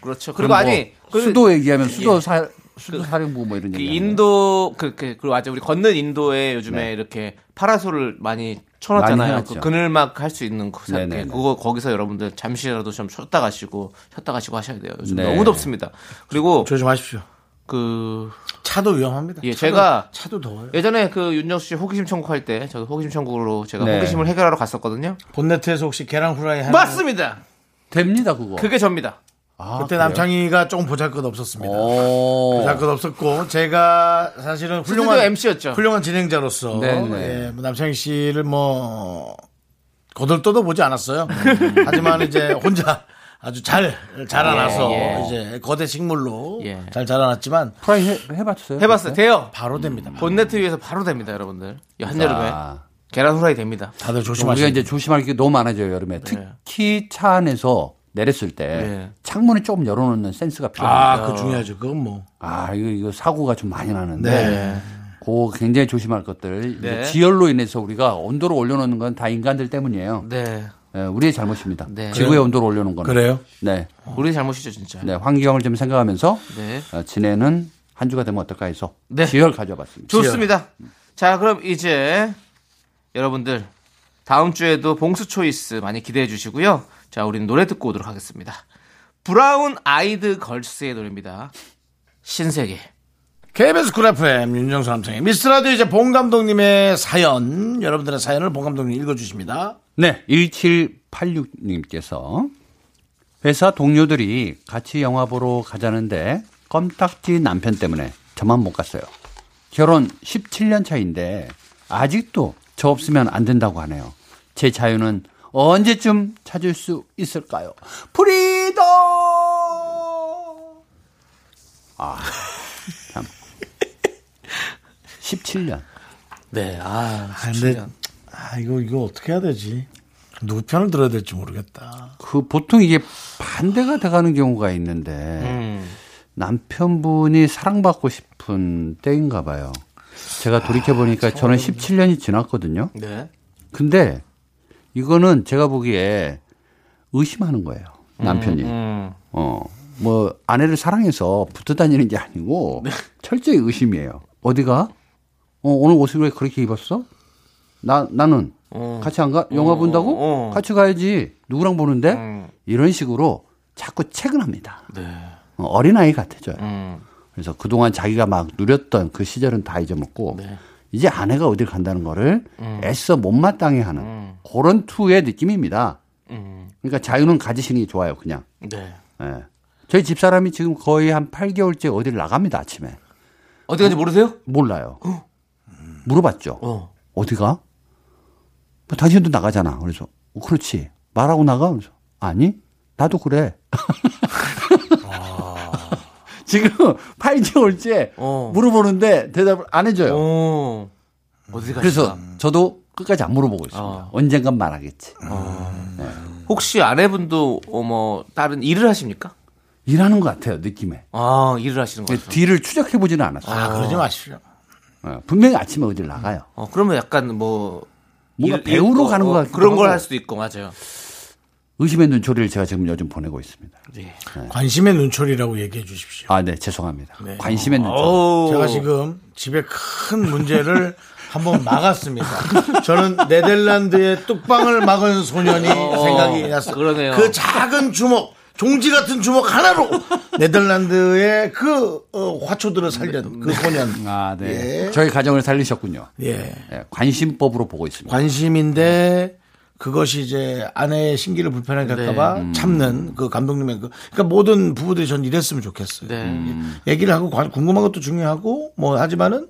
C: 그렇죠. 그리고
G: 뭐
C: 아니 그-
G: 수도 얘기하면 수도 사 수도 사령부 뭐 이런
C: 그
G: 얘기.
C: 인도 그, 그 그리고 맞아 우리 걷는 인도에 요즘에 이렇게 파라솔을 많이
G: 네. 많이
C: 쳐놨잖아요.
G: 해놨죠.
C: 그 그늘막 할 수 있는 그 상태.
G: 네네네.
C: 그거 거기서 여러분들 잠시라도 좀 쉬었다 가시고 쉬었다 가시고 하셔야 돼요. 요즘
G: 네.
C: 너무 덥습니다. 그리고
B: 조심하십시오.
C: 그
B: 차도 위험합니다.
C: 예,
B: 차도-
C: 제가-
B: 차도 더워요.
C: 예전에 그 윤정수 씨 호기심 천국 할 때 저도 호기심 천국으로 제가
G: 네.
C: 호기심을 해결하러 갔었거든요.
B: 본네트에서 혹시 계란 후라이
C: 음.
B: 하는
C: 맞습니다.
G: 됩니다, 그거.
C: 그게 접니다.
G: 아,
B: 그때
G: 그래요?
B: 남창희가 조금 보잘것 없었습니다.
C: 어.
G: 오.
C: 그
B: 보잘것 없었고 제가 사실은 훌륭한
C: 스튜디오 MC 였죠.
B: 훌륭한 진행자로서
G: 네네.
B: 예, 뭐 남창희 씨를 뭐 거들떠도 보지 않았어요. 하지만 이제 혼자 아주 잘 자라나서
C: 음. 예, 예.
B: 이제 거대 식물로
C: 예.
B: 잘 자라났지만
G: 프라이 해, 해봤어요?
C: 해봤어요. 돼요.
B: 바로 됩니다.
C: 본네트 위에서 바로 됩니다, 여러분들. 한여름에
G: 아.
C: 계란 후라이 됩니다.
B: 다들
G: 우리가
B: 조심하시고
G: 이제 조심할 게 너무 많아져요 여름에 특히 차 안에서 내렸을 때
C: 네.
G: 창문을 조금 열어놓는 센스가 필요합니다.
B: 아,
C: 어.
B: 그거 중요하죠. 그건 뭐.
G: 아, 이거, 이거 사고가 좀 많이 나는데.
B: 네.
G: 그 굉장히 조심할 것들. 이제
C: 네.
G: 지열로 인해서 우리가 온도를 올려놓는 건 다 인간들 때문이에요.
C: 네.
G: 예, 우리의 잘못입니다.
C: 네.
G: 지구의 온도를 올려놓은 거는.
B: 그래요?
G: 네.
C: 우리 잘못이죠, 진짜.
G: 네. 환경을 좀 생각하면서
C: 어. 네.
G: 어, 지내는 한 주가 되면 어떨까 해서
C: 네.
G: 지열 가져봤습니다.
C: 좋습니다. 자, 그럼 이제 여러분들 다음 주에도 봉수 초이스 많이 기대해 주시고요. 자, 우리는 노래 듣고 오도록 하겠습니다. 브라운 아이드 걸스의 노래입니다. 신세계.
B: KBS 쿨 FM 윤정수 남성의 미스터라디오 이제 봉 감독님의 사연 여러분들의 사연을 봉 감독님 읽어주십니다.
G: 네, 1786님께서 회사 동료들이 같이 영화 보러 가자는데 껌딱지 남편 때문에 저만 못 갔어요. 결혼 17년 차인데 아직도 저 없으면 안 된다고 하네요. 제 자유는 언제쯤 찾을 수 있을까요? 프리더! 아, 참. 17년.
C: 네, 아,
B: 아, 근데 아 이거 이거 어떻게 해야 되지? 누구 편을 들어야 될지 모르겠다.
G: 그 보통 이게 반대가 돼가는 경우가 있는데
C: 음.
G: 남편분이 사랑받고 싶은 때인가 봐요. 제가 돌이켜
C: 아,
G: 보니까 저는 17년이 지났거든요.
C: 네.
G: 근데 이거는 제가 보기에 의심하는 거예요. 남편이.
C: 음,
G: 어. 뭐 아내를 사랑해서 붙어 다니는 게 아니고
C: 네.
G: 철저히 의심이에요. 어디가? 어, 오늘 옷을 왜 그렇게 입었어? 나 나는 같이 안 가? 영화 본다고?
C: 어. 음.
G: 같이 가야지. 누구랑 보는데? 이런 식으로 자꾸 체근합니다.
C: 네.
G: 어, 린 아이 같아져요.
C: 음,
G: 그래서 그동안 자기가 막 누렸던 그 시절은 다 잊어먹고 이제 아내가 어딜 간다는 거를 애써 못마땅해 하는 그런 투의 느낌입니다. 그러니까 자유는 가지시는 게 좋아요, 그냥.
C: 음, 네.
G: 예. 저희 집사람이 지금 거의 한 8개월째 어딜 나갑니다, 아침에.
C: 어디 간지 모르세요?
G: 몰라요. 물어봤죠.
C: 어.
G: 어디가? 뭐 당신도 나가잖아. 그래서 어, 그렇지. 말하고 나가. 그래서 아니 나도 그래. 지금 8개월째
C: 어.
G: 물어보는데 대답을 안 해줘요.
C: 어. 어디 가실까?
G: 그래서 저도 끝까지 안 물어보고 있습니다.
C: 어.
G: 언젠간 말하겠지.
C: 혹시 아내분도 어, 뭐 다른 일을 하십니까?
G: 일하는 것 같아요 느낌에.
C: 아, 일을 하시는 거죠.
G: 뒤를 추적해 보지는 않았어요.
B: 아 그러지 마십시오.
G: 어, 분명히 아침에 어딜 나가요.
C: 어, 그러면 약간 뭐
G: 뭔가 배우러
C: 거- 어,
G: 가는 것 같기도
C: 그런 걸
G: 하고.
C: 할 수도 있고 맞아요.
G: 의심의 눈초리를 제가 지금 요즘 보내고 있습니다.
C: 네.
B: 관심의 눈초리라고 얘기해 주십시오.
G: 아, 네, 죄송합니다. 관심의
C: 어.
G: 눈초리.
C: 오.
B: 제가 지금 집에 큰 문제를 한번 막았습니다. 저는 네덜란드의 뚝방을 막은 소년이 생각이 났어요.
C: 어, 그러네요.
B: 그 작은 주먹, 종지 같은 주먹 하나로 네덜란드의 그 어, 화초들을 살린 그 소년.
G: 아, 네.
B: 예.
G: 저희 가정을 살리셨군요.
B: 예.
G: 예, 관심법으로 보고 있습니다.
B: 관심인데 그것이 이제 아내의 신기를 불편하게
G: 네.
B: 할까봐
G: 음.
B: 참는 그 감독님의 그 그러니까 모든 부부들이 전 이랬으면 좋겠어요. 음.
C: 네.
G: 음.
B: 얘기를 하고 관- 궁금한 것도 중요하고 뭐 하지만은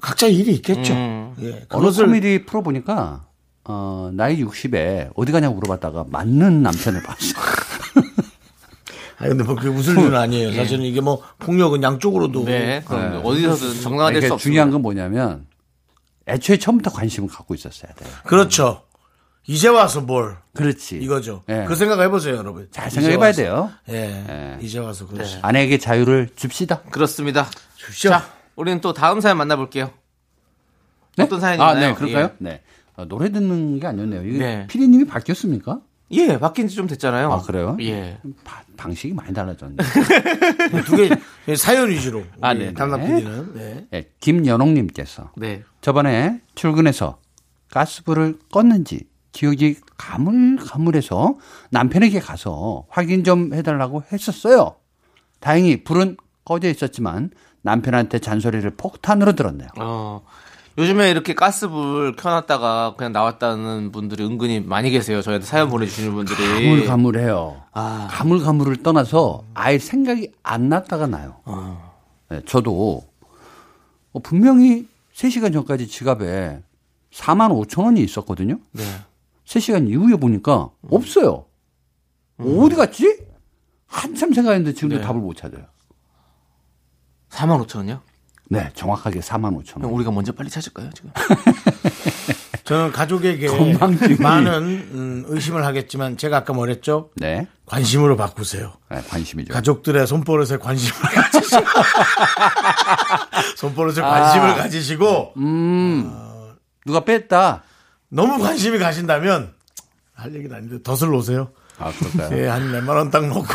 B: 각자 의 일이 있겠죠.
G: 음.
B: 예,
G: 어느
B: 그것을
G: 코미디 풀어 보니까 어, 나이 60에 어디 가냐고 물어봤다가 맞는 남편을 봤어요.
B: 아 근데 뭐 그게 웃을 일은 아니에요.
G: 예.
B: 사실은 이게 뭐 폭력은 양쪽으로도
C: 네. 그럼 어디서든 아, 정당화될 수
G: 이게
C: 없어요.
G: 중요한 건 뭐냐면 애초에 처음부터 관심을 갖고 있었어야 돼. 요
B: 그렇죠. 이제 와서 뭘
G: 그렇지.
B: 이거죠.
G: 예.
B: 그 생각 해보세요, 여러분.
G: 잘
B: 이제
G: 생각해 봐야
B: 와서.
G: 돼요.
B: 예,
G: 예.
B: 이제 와서 그렇죠.
G: 아내에게 자유를 줍시다.
C: 그렇습니다.
B: 주십시오.
C: 자, 우리는 또 다음 사연 만나볼게요.
G: 네?
C: 어떤 사연이
G: 아,
C: 있나요?
G: 네, 그럴까요? 네. 어, 노래 듣는 게 아니었네요. 이게
C: 네.
G: 피디님이 바뀌었습니까?
C: 예, 바뀐 지 좀 됐잖아요.
G: 아, 그래요?
C: 예.
G: 바- 방식이 많이 달라졌네.
B: 두개 예, 사연 위주로
C: 아,
B: 우리
C: 네.
B: 담당
G: 예. 네.
B: PD는 네.
G: 예, 김연옥님께서
C: 네.
G: 저번에 출근해서 가스불을 껐는지 기억이 가물가물해서 남편에게 가서 확인 좀 해달라고 했었어요. 다행히 불은 꺼져 있었지만 남편한테 잔소리를 폭탄으로 들었네요.
C: 어. 요즘에 이렇게 가스불 켜놨다가 그냥 나왔다는 분들이 은근히 많이 계세요. 저희한테 사연 보내주시는
G: 아,
C: 분들이.
G: 가물가물해요.
C: 아.
G: 가물가물을 떠나서 아예 생각이 안 났다가 나요.
B: 아.
G: 네, 저도 어, 분명히 3시간 전까지 지갑에 4만 5천 원이 있었거든요.
C: 네.
G: 3시간 이후에 보니까 없어요.
B: 음.
G: 어디 갔지? 한참 생각했는데
B: 네.
G: 지금도 답을 못 찾아요.
C: 4만 5천 원요?
G: 네, 정확하게 4만 5천
C: 그럼
G: 원.
C: 우리가 먼저 빨리 찾을까요, 지금?
B: 저는 가족에게
G: 건망증이.
B: 많은 음, 의심을 하겠지만 제가 아까 말했죠.
G: 네.
B: 관심으로 바꾸세요.
G: 네, 관심이죠.
B: 가족들의 손버릇에 관심을 가지시고 손버릇에
G: 아.
B: 관심을 가지시고
G: 누가 뺐다.
B: 너무 관심이 가신다면 할 얘기는 아닌데 덫을 놓으세요.
G: 아, 그럴까요?
B: 예, 한 몇만 원 딱 놓고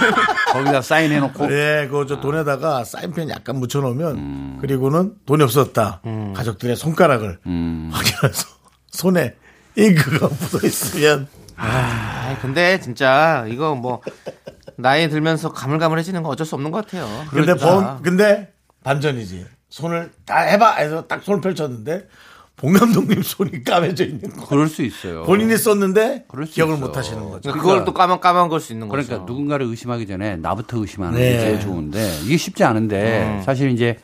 G: 거기다 사인해놓고.
B: 예, 그 저 돈에다가 사인펜 약간 묻혀 놓으면
G: 음.
B: 그리고는 돈이 없었다. 가족들의 손가락을
G: 음.
B: 확인해서 손에 잉크가 묻어 있으면
C: 아이, 근데 진짜 이거 뭐 나이 들면서 가물가물해지는 건 어쩔 수 없는 것 같아요.
B: 근데
C: 그러니까.
B: 번 근데 반전이지. 손을 다 해봐 해서 딱 손을 펼쳤는데 봉 감독님 손이 까매져 있는 거.
G: 그럴 수 있어요.
B: 본인이 썼는데
G: 그럴 수
B: 기억을
G: 있어요.
B: 못 하시는 거죠.
C: 그러니까 그걸 또 까만 까만 걸 수 있는 거죠.
G: 그러니까 누군가를 의심하기 전에 나부터 의심하는
B: 네.
G: 게 제일 좋은데 이게 쉽지
C: 음.
G: 않은데 사실 이제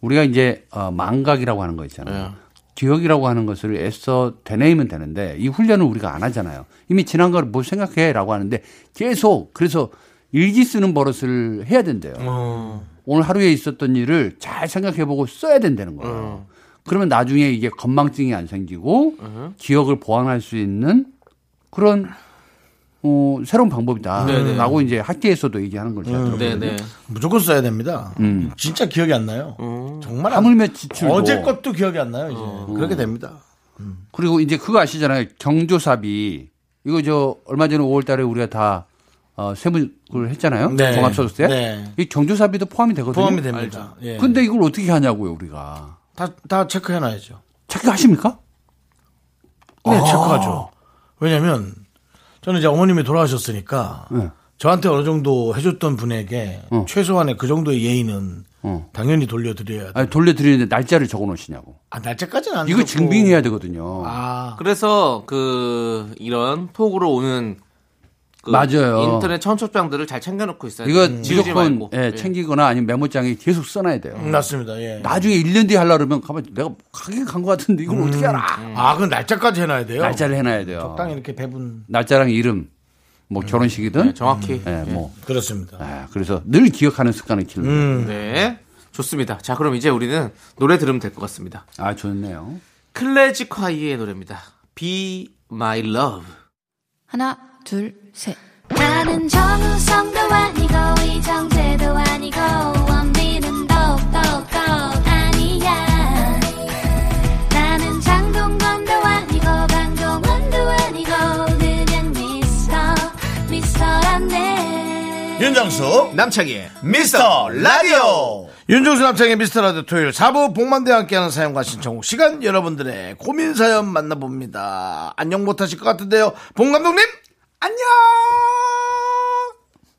G: 우리가 이제 어, 망각이라고 하는 거 있잖아요.
C: 네.
G: 기억이라고 하는 것을 애써 되뇌이면 되는데 이 훈련을 우리가 안 하잖아요. 이미 지난 걸 뭘 생각해라고 하는데 계속 그래서 일기 쓰는 버릇을 해야 된대요.
C: 음.
B: 어,
G: 오늘 하루에 있었던 일을 잘 생각해보고 써야 된다는 거예요.
B: 음.
G: 그러면 나중에 이게 건망증이 안 생기고 기억을 보완할 수 있는 그런 어, 새로운
B: 네,
G: 방법이다라고 이제 학계에서도 얘기하는 걸 제가
B: 음.
G: 들었거든요.
C: 네네.
B: 무조건 써야 됩니다. 진짜 기억이 안 나요. 정말 안
G: 하물며 음. 음. 지출도
B: 어제 것도 기억이 안 나요. 이제 그렇게 됩니다.
G: 그리고 이제 그거 아시잖아요. 경조사비 이거 저 얼마 전에 5월달에 우리가 다 어, 세무를 했잖아요.
B: 네.
G: 종합소득세.
B: 네.
G: 이 경조사비도 포함이 되거든요.
B: 포함이 됩니다. 예.
G: 근데 이걸 어떻게 하냐고요 우리가.
B: 다, 다 체크해놔야죠.
G: 착각하십니까?
B: 네,
G: 아.
B: 체크하죠. 왜냐면 저는 이제 어머님이 돌아가셨으니까
G: 네.
B: 저한테 어느 정도 해줬던 분에게 최소한의 그 정도의 예의는 당연히 돌려드려야 돼.
G: 아니, 돌려드리는데 날짜를 적어놓으시냐고.
B: 아, 날짜까지는 안
G: 이거
B: 그렇고.
G: 증빙해야 되거든요.
B: 아,
C: 그래서 그 이런 폭으로 오는 그
G: 맞아요.
C: 인터넷 청첩장들을 잘 챙겨놓고 있어요.
G: 이거
B: 음.
C: 지우지
G: 무조건
C: 말고.
G: 예, 챙기거나 아니면 메모장에 계속 써놔야 돼요.
B: 맞습니다. 예.
G: 나중에 1년 뒤에 하려고 그러면 가만 내가 가게 간 것 같은데 이걸 어떻게 알아?
B: 아, 그건 날짜까지 해놔야 돼요.
G: 날짜를 해놔야 돼요.
B: 적당히 음. 이렇게 배분.
G: 날짜랑 이름, 뭐 결혼식이든,
C: 네, 정확히.
G: 예, 뭐,
B: 그렇습니다.
G: 예, 그래서 늘 기억하는 습관을 키우는.
B: 음.
G: 거예요.
C: 네. 좋습니다. 자, 그럼 이제 우리는 노래 들으면 될 것 같습니다.
G: 아 좋네요.
C: 클래식 화이의 노래입니다. Be My Love.
D: 하나, 둘, 셋.
H: 나는 정우성도 아니고 이정재도 아니고 원빈은 더욱더 아니야 나는 장동건도 아니고 강동원도 아니고 그냥 미스터 미스터란데
B: 윤정수,
C: 남창희의
B: 미스터 라디오. 윤정수 남창의 미스터 라디오 토요일 4부 복만대와 함께하는 사연과 신청곡 시간 여러분들의 고민 사연 만나봅니다. 안녕 못하실 것 같은데요. 봉 감독님, 안녕!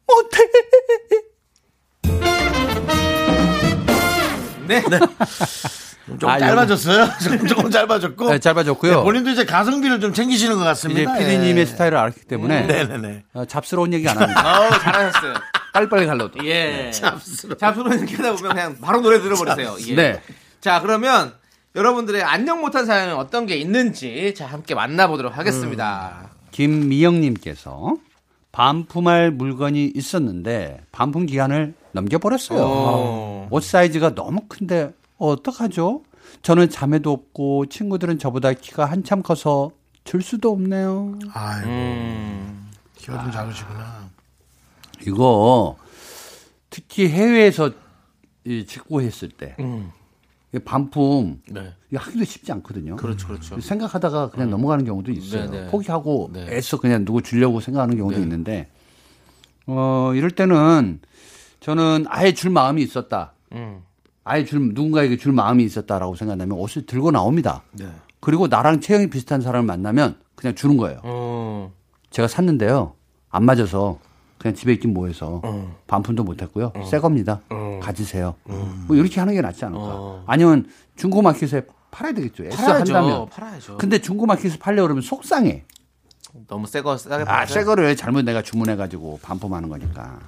B: 못해!
C: 네.
B: 좀
G: 아,
B: 짧아졌어요. 조금, 조금 짧아졌고.
G: 네, 짧아졌고요.
B: 네, 본인도 이제 가성비를 좀 챙기시는 것
G: 이제
B: 같습니다.
G: 피디님의
B: 예.
G: 스타일을 알기 때문에
B: 네네네.
G: 어, 잡스러운 얘기 안 합니다.
C: 아우, 잘하셨어요.
G: 빨리빨리 가려고.
C: 예. 잡수로 이렇게 하다 보면 그냥 바로 노래 들어버리세요. 예.
G: 네.
C: 자, 그러면 여러분들의 안녕 못한 사연은 어떤 게 있는지 자, 함께 만나보도록 하겠습니다.
G: 김미영님께서 반품할 물건이 있었는데 반품 기한을 넘겨버렸어요. 옷 사이즈가 너무 큰데 어떡하죠? 저는 자매도 없고 친구들은 저보다 키가 한참 커서 줄 수도 없네요.
B: 아이고.
C: 음.
B: 기가 좀 작으시구나.
G: 이거 특히 해외에서 이 직구했을 때 이 반품
C: 네.
G: 이거 하기도 쉽지 않거든요.
C: 그렇죠, 그렇죠.
G: 생각하다가 그냥 넘어가는 경우도 있어요.
C: 네, 네.
G: 포기하고
C: 네.
G: 애써 그냥 누구 주려고 생각하는 경우도 있는데 어 이럴 때는 저는 아예 줄 마음이 있었다. 아예 줄 누군가에게 줄 마음이 있었다라고 생각하면 옷을 들고 나옵니다.
C: 네.
G: 그리고 나랑 체형이 비슷한 사람을 만나면 그냥 주는 거예요.
C: 어,
G: 제가 샀는데요. 안 맞아서 그냥 집에 있긴 뭐해서
C: 어.
G: 반품도 못했고요. 새 겁니다. 가지세요.
C: 음.
G: 뭐 이렇게 하는 게 낫지 않을까. 아니면 중고마켓에 팔아야 되겠죠. 애써
C: 어. 팔아야죠.
G: 한다면.
C: 팔아야죠.
G: 근데 중고마켓에서 팔려 그러면 속상해.
C: 너무 새거 싸게
G: 아,
C: 팔아서.
G: 새 거를 잘못 내가 주문해가지고 반품하는 거니까.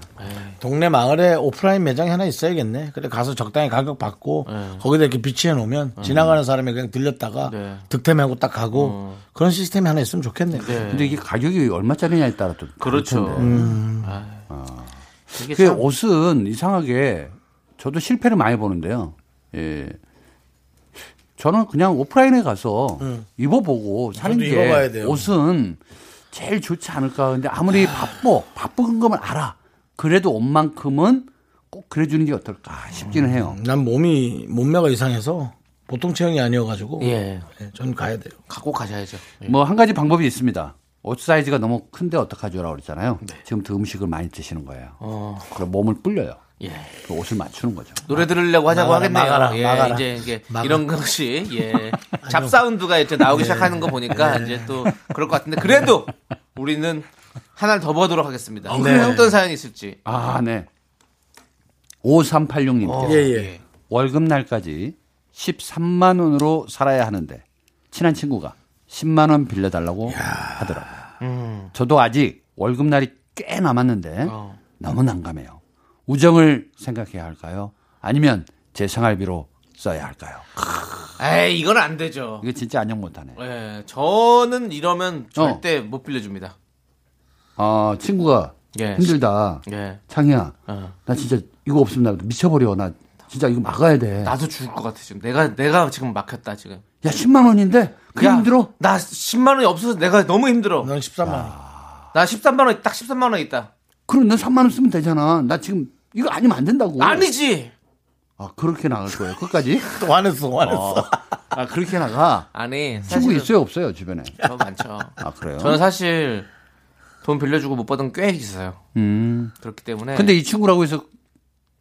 B: 동네 마을에 오프라인 매장이 하나 있어야겠네. 그래 가서 적당히 가격 받고 거기다 이렇게 비치해 놓으면 지나가는 사람이 그냥 들렸다가
C: 네.
B: 득템하고 딱 가고 그런 시스템이 하나 있으면 좋겠네. 요
G: 근데 이게 가격이 얼마짜리냐에 따라 또.
C: 그렇죠.
G: 다를 텐데.
C: 이게
G: 그
C: 참-
G: 옷은 이상하게 저도 실패를 많이 보는데요. 예. 저는 그냥 오프라인에 가서 입어보고 사는
B: 음. 저도
G: 게
B: 입어봐야 돼요.
G: 옷은 제일 좋지 않을까. 근데 아무리 바빠 바쁜 건 알아. 그래도 옷만큼은 꼭 그래주는 게 어떨까 싶기는
B: 음.
G: 해요.
B: 난 몸이 몸매가 이상해서 보통 체형이 아니어가지고
C: 예.
B: 예, 전 가야 돼요.
C: 갖고 가셔야죠.
B: 네.
C: 예.
G: 뭐 한 가지 방법이 있습니다. 옷 사이즈가 너무 큰데 어떡하죠라고 그랬잖아요.
B: 네.
G: 지금부터 음식을 많이 드시는 거예요. 그럼 몸을 불려요.
C: 예.
G: 그 옷을 맞추는 거죠.
C: 노래 들으려고 하자고
B: 막아라,
C: 하겠네요.
B: 막아라,
C: 예,
B: 막아라.
C: 이제 이게
B: 막아.
C: 이런 것이 예. 잡사운드가 이제 나오기 시작하는 거 보니까 이제 또 그럴 것 같은데 그래도 우리는 하나를 더 보도록 하겠습니다. 어떤 사연이 있을지.
G: 아, 네.
C: 어.
G: 5386님께서
B: 예, 예.
G: 월급날까지 13만 원으로 살아야 하는데 친한 친구가 10만 원 빌려달라고 하더라고요. 저도 아직 월급날이 꽤 남았는데
C: 어.
G: 너무 난감해요. 우정을 생각해야 할까요? 아니면 제 생활비로 써야 할까요?
C: 에이, 이건 안 되죠.
G: 이게 진짜 안녕 못하네.
C: 예. 저는 이러면 절대 못 빌려 줍니다.
G: 아 친구가
C: 예.
G: 힘들다.
C: 예.
G: 창희야,
C: 어.
G: 나 진짜 이거 없으면 나 미쳐버려. 나 진짜 이거 막아야 돼.
C: 나도 죽을 것 같아 지금. 내가 내가 지금 막혔다 지금.
G: 야 10만 원인데 그게
C: 야,
G: 힘들어?
C: 나 10만 원이 없어서 내가 너무 힘들어.
B: 넌 13만 원.
C: 나 13만 원, 딱 13만 원 있다.
G: 그럼 너 3만 원 쓰면 되잖아. 나 지금 이거 아니면 안 된다고.
C: 아니지!
G: 아 그렇게 나갈 거예요. 끝까지.
B: 또 화냈어, 화냈어.
G: 아 그렇게 나가.
C: 아니,
G: 친구
C: 사실.
G: 있어요 없어요 주변에?
C: 저 많죠.
G: 아 그래요.
C: 저는 사실 돈 빌려주고 못 받은 꽤 있어요.
G: 음.
C: 그렇기 때문에.
G: 근데 이 친구라고 해서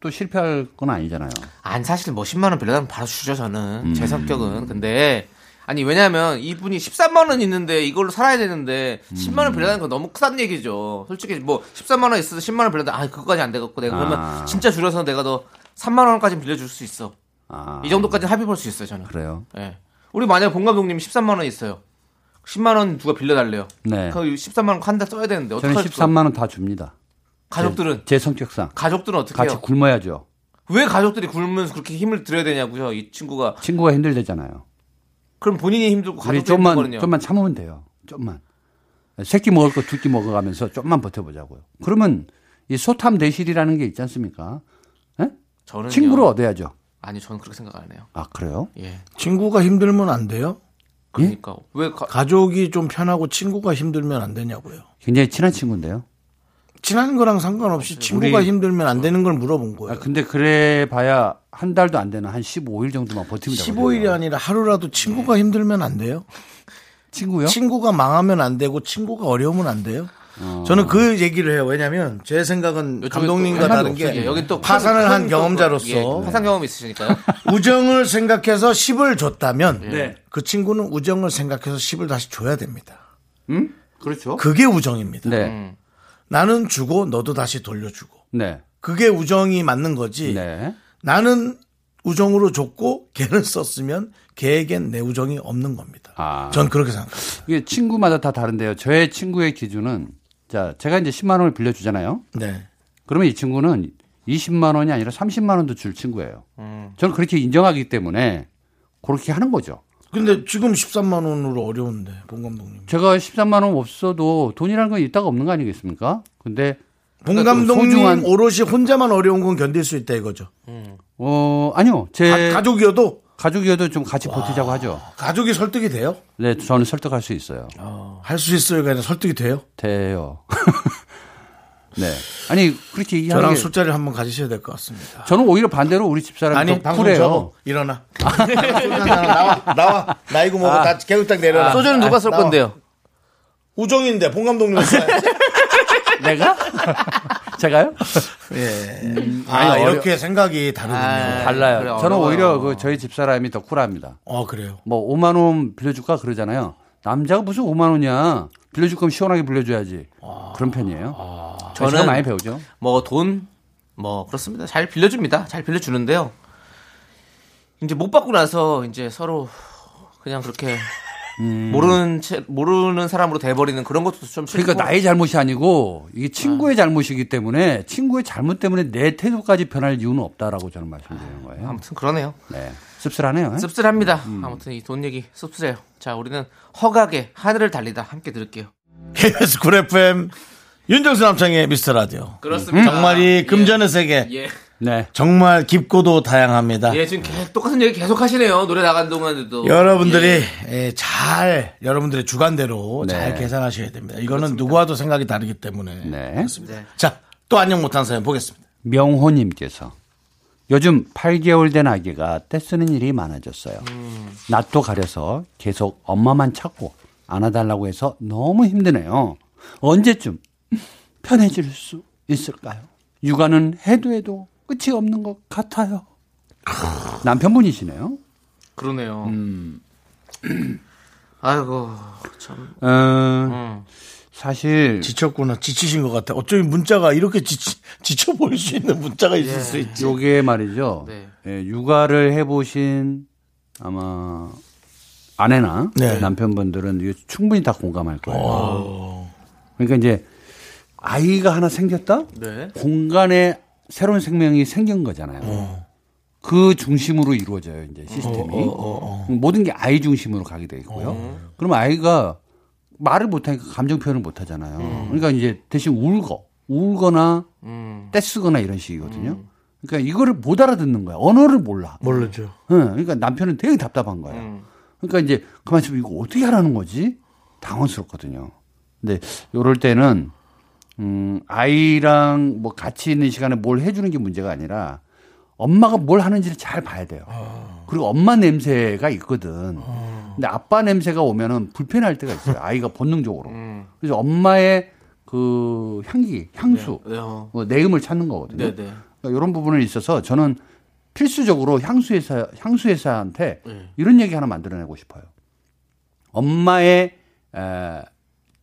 G: 또 실패할 건 아니잖아요.
C: 안 사실 뭐 10만 원 빌려달면 바로 주죠 저는
G: 음.
C: 제 성격은 근데 아니 왜냐면 이분이 13만 원 있는데 이걸로 살아야 되는데 10만
G: 음.
C: 원 빌려달라는 건 너무 크다는 얘기죠 솔직히 뭐 13만 원 있어서 10만 원 빌려달라 아 그거까지 안 되겠고 내가 그러면
G: 아.
C: 진짜 줄여서 내가 너 3만 원까지 빌려줄 수 있어
G: 아
C: 이 정도까지는 합의 볼 수 있어요 저는
G: 그래요.
C: 예. 우리 만약에 본 감독님이 13만 원 있어요 10만 원 누가 빌려달래요
G: 네.
C: 그 13만 원 한달 써야 되는데 어떻게
G: 저는 13만 원 다 줍니다.
C: 가족들은
G: 제 성격상
C: 가족들은 어떻게
G: 같이
C: 해요
G: 굶어야죠.
C: 왜 가족들이 굶으면서 그렇게 힘을 들여야 되냐고요 이 친구가
G: 친구가 힘들대잖아요.
C: 그럼 본인이 힘들고
G: 우리
C: 뭐 가족도
G: 좀만
C: 힘들거든요.
G: 좀만 참으면 돼요. 좀만 새끼 먹을 거 두 끼 먹어가면서 좀만 버텨보자고요. 그러면 이 소탐 대실이라는 게 있지 않습니까? 예?
C: 저는요.
G: 친구를 얻어야죠.
C: 아니 저는 그렇게 생각 안 해요.
G: 아 그래요?
C: 예.
B: 친구가 힘들면 안 돼요?
C: 그러니까
G: 예?
C: 왜 가,
B: 가족이 좀 편하고 친구가 힘들면 안 되냐고요.
G: 굉장히 친한 친구인데요.
B: 친한 거랑 상관없이 친구가
G: 우리-
B: 힘들면 안 되는 걸 물어본 거예요.
G: 아, 근데 그래 봐야 한 달도 안 되는 한 15일 정도만 버티면 되거든요.
B: 15일이 아니라 하루라도 친구가 힘들면 안 돼요?
G: 친구요?
B: 친구가 망하면 안 되고 친구가 어려우면 안 돼요? 저는 그 얘기를 해요. 왜냐면 제 생각은 감독님과 다른 게
C: 여기 또
B: 파산을
C: 큰-
B: 한
C: 큰
B: 경험자로서 예.
C: 또, 예, 파산 경험 있으시니까요.
B: 우정을 생각해서 10을
C: 예.
B: 줬다면
G: 네.
B: 그 친구는 우정을 생각해서 10을 다시 줘야 됩니다.
G: 그렇죠.
B: 그게 우정입니다.
G: 네.
B: 나는 주고 너도 다시 돌려주고
G: 네.
B: 그게 우정이 맞는 거지.
G: 네.
B: 나는 우정으로 줬고 걔는 썼으면 걔에겐 내 우정이 없는 겁니다.
G: 아.
B: 전 그렇게 생각합니다.
G: 이게 친구마다 다 다른데요. 저의 친구의 기준은 자, 제가 이제 10만 원을 빌려 주잖아요.
B: 네.
G: 그러면 이 친구는 20만 원이 아니라 30만 원도 줄 친구예요. 저는 그렇게 인정하기 때문에 그렇게 하는 거죠.
B: 근데 지금 13만 원으로 어려운데 본 감독님.
G: 제가 13만 원 없어도 돈이라는 건 있다가 없는 거 아니겠습니까? 근데
B: 본
G: 그러니까 그
B: 감독님
G: 소중한-
B: 오롯이 혼자만 어려운 건 견딜 수 있다 이거죠.
G: 어, 아니요. 제
B: 가, 족이어도
G: 가족... 이어도좀 같이 버티자고 하죠.
B: 가족이 설득이 돼요.
G: 네, 저는 설득할 수 있어요.
B: 할 수 있어요가 아니라 설득이 돼요.
G: 돼요. 네. 아니, 그렇게 얘기하는
B: 저랑
G: 게
B: 술자리를 한번 가지셔야 될 것 같습니다.
G: 저는 오히려 반대로 우리 집사람이
B: 아니
G: 더
B: 방송
G: 쿨해요.
B: 접어 일어나. 술 한잔 나와 나와 나이고 뭐고 다 개구탕 내려놔.
G: 아,
C: 아. 소주는 누가 쏠
B: 나와.
C: 건데요?
B: 우정인데 본 감독님.
G: 내가? 제가요?
B: 네, 아,
G: 아니, 아.
B: 이렇게 생각이 다르군요.
G: 달라요.
C: 그래,
G: 저는
C: 어려워요.
G: 오히려 그 저희 집사람이 더 쿨합니다.
B: 어 그래요.
G: 뭐 5만 원 빌려줄까 그러잖아요. 남자가 무슨 5만 원이야. 빌려줄 거면 시원하게 빌려줘야지. 그런 편이에요.
B: 아.
C: 저는-
G: 저는 많이 배우죠.
C: 뭐 돈, 뭐 그렇습니다. 잘 빌려줍니다. 잘 빌려주는데요. 이제 못 받고 나서 이제 서로 그냥 그렇게 모르는 채, 모르는 사람으로 돼버리는 그런 것도 좀 싫고.
G: 음. 그러니까 나의 잘못이 아니고 이게 친구의 잘못이기 때문에 친구의 잘못 때문에 내 태도까지 변할 이유는 없다라고 저는 말씀드리는 거예요.
C: 아무튼 그러네요.
G: 네. 씁쓸하네요. 음.
C: 씁쓸합니다. 아무튼 이 돈 얘기 씁쓸해요. 자, 우리는 허각의 하늘을 달리다 함께 들을게요.
B: KBS 쿨 FM 윤정수 남창의 미스터 라디오.
G: 음.
C: 그렇습니다.
B: 정말이
C: 예.
B: 금전의 세계
C: 예.
G: 네.
B: 정말 깊고도 다양합니다.
C: 예, 지금 계속 똑같은 얘기 계속 하시네요. 노래 나간 동안에도.
B: 여러분들이 예, 네. 잘 여러분들의 주관대로 잘 계산하셔야 됩니다. 이거는 누구와도 생각이 다르기 때문에
G: 네.
B: 그렇습니다. 자, 또 안녕 못한 사연 보겠습니다.
G: 명호님께서 요즘 8개월 된 아기가 떼쓰는 일이 많아졌어요. 낯도 가려서 계속 엄마만 찾고 안아달라고 해서 너무 힘드네요. 언제쯤 편해질 수 있을까요? 육아는 해도 해도 끝이 없는 것 같아요. 남편분이시네요.
C: 그러네요.
G: 음.
C: 아이고, 참.
G: 어, 사실
B: 지쳤구나. 지치신 것 같아. 어쩌면 문자가 이렇게 지치, 지쳐 보일 수 있는 문자가 있을 수 있지.
G: 요게 말이죠.
C: 네.
G: 예, 육아를 해보신 아마 아내나
B: 네.
G: 남편분들은 이거 충분히 다 공감할 거예요. 그러니까 이제 아이가 하나 생겼다?
C: 네.
G: 공간에 새로운 생명이 생긴 거잖아요. 그 중심으로 이루어져요, 어. 이제 시스템이. 모든 게 아이 중심으로 가게 돼 있고요. 그럼 아이가 말을 못하니까 감정 표현을 못 하잖아요. 그러니까 이제 대신 울고, 울거나
C: 음.
G: 떼쓰거나 이런 식이거든요. 그러니까 이거를 못 알아듣는 거야. 언어를 몰라.
B: 모르죠.
G: 응, 그러니까 남편은 되게 답답한 거예요. 그러니까 이제 가만히 있으면 이거 어떻게 하라는 거지? 당황스럽거든요. 근데 요럴 때는 음, 아이랑 뭐 같이 있는 시간에 뭘 해주는 게 문제가 아니라 엄마가 뭘 하는지를 잘 봐야 돼요. 그리고 엄마 냄새가 있거든. 근데 아빠 냄새가 오면은 불편할 때가 있어요. 아이가 본능적으로. 그래서 엄마의 그 향기, 향수,
C: 네, 어.
G: 뭐 내음을 찾는 거거든요.
C: 네, 네.
G: 그러니까 이런 부분에 있어서 저는 필수적으로 향수회사 향수회사한테
B: 네.
G: 이런 얘기 하나 만들어내고 싶어요. 엄마의 에,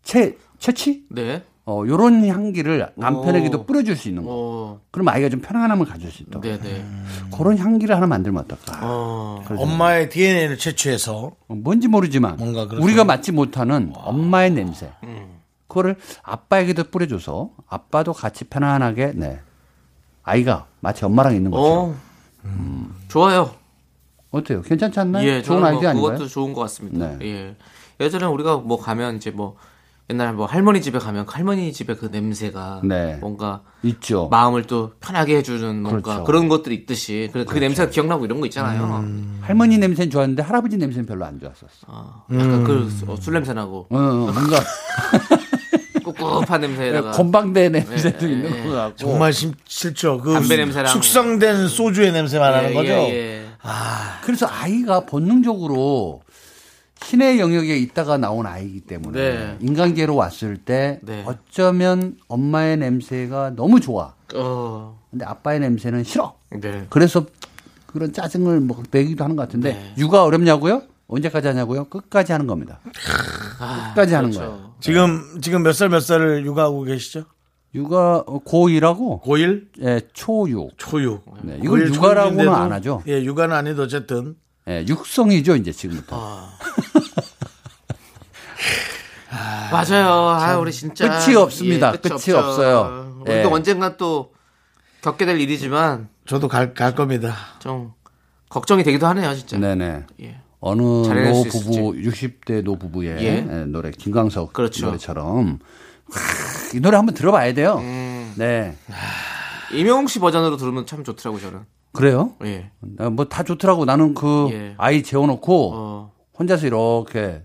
G: 채 채취
C: 네.
G: 어 요런 향기를 남편에게도
C: 오.
G: 뿌려줄 수 있는 거.
C: 어,
G: 그럼 아이가 좀 편안함을 가질 수 있다. 고
C: 네, 네.
G: 그런 향기를 하나 만들면 어떨까? 어,
C: 어,
B: 아, 엄마의 DNA를 채취해서
G: 뭔지 모르지만
B: 뭔가 그런 음.
G: 우리가 맡지 못하는 엄마의 냄새. 그거를 아빠에게도 뿌려줘서 아빠도 같이 편안하게 네 아이가 마치 엄마랑 있는 것처럼
C: 어. 좋아요.
G: 어때요? 괜찮지 않나요?
C: 예,
G: 음. 네? 좋은
C: 저는 뭐
G: 아이디어 아닌가요?
C: 그것도 좋은 것 같습니다.
G: 네.
C: 예. 예전에 우리가 뭐 가면 이제 뭐 옛날에 뭐 할머니 집에 가면 그 할머니 집에 그 냄새가
G: 네.
C: 뭔가
G: 있죠.
C: 마음을 또 편하게 해주는 뭔가
G: 그렇죠.
C: 그런 것들이 있듯이 그, 그 냄새가 기억나고 이런 거 있잖아요.
G: 할머니 냄새는 좋았는데 할아버지 냄새는 별로 안 좋았었어.
C: 어, 약간
G: 음.
C: 그술 냄새 나고
G: 어, 어, 뭔가 네,
C: 꿉꿉한 냄새에다가
G: 건방대 냄새도
C: 예,
G: 있는
C: 예.
G: 것 같고.
B: 정말 심, 싫죠. 그
C: 담배 냄새랑-
B: 숙성된 소주의 냄새 말하는
C: 예,
B: 거죠.
C: 예, 예.
G: 아. 그래서 아이가 본능적으로 신의 영역에 있다가 나온 아이이기 때문에
C: 네.
G: 인간계로 왔을 때
C: 네.
G: 어쩌면 엄마의 냄새가 너무 좋아.
C: 어,
G: 근데 아빠의 냄새는 싫어.
C: 네.
G: 그래서 그런 짜증을 뭐 내기도 하는 것 같은데
C: 네.
G: 육아 어렵냐고요? 언제까지 하냐고요? 끝까지 하는 겁니다.
C: 아,
G: 끝까지 하는
C: 그렇죠. 어.
G: 거예요.
B: 지금 지금 몇 살 몇 살을 육아하고 계시죠?
G: 육아 어, 고2라고
B: 고1
G: 예, 초육.
B: 초육.
G: 네, 이걸
B: 고일
G: 육아라고는
B: 초육인데도-
G: 안 하죠.
B: 예, 육아는 안 해도 어쨌든
G: 예, 육성이죠, 이제
C: 아,
G: 지금부터.
C: 맞아요. 아, 우리 진짜
G: 끝이 없습니다. 끝이
C: 없죠.
G: 없어요.
C: 우리도
G: 예.
C: 언젠가 또 겪게 될 일이지만
B: 저도 갈, 갈 겁니다.
C: 좀 걱정이 되기도 하네요, 진짜.
G: 네네.
C: 예.
G: 어느
C: 잘해낼
G: 노
C: 수 있을지.
G: 부부, 60대 노 부부의
C: 예.
G: 예, 노래, 김광석
C: 그렇죠.
G: 노래처럼. 크, 이 노래 한번 들어봐야 돼요.
C: 음.
G: 네.
C: 임영웅 씨 버전으로 들으면 참 좋더라고 저는.
G: 그래요?
C: 예.
G: 뭐 다 좋더라고. 나는 그
C: 예.
G: 아이 재워놓고
C: 어.
G: 혼자서 이렇게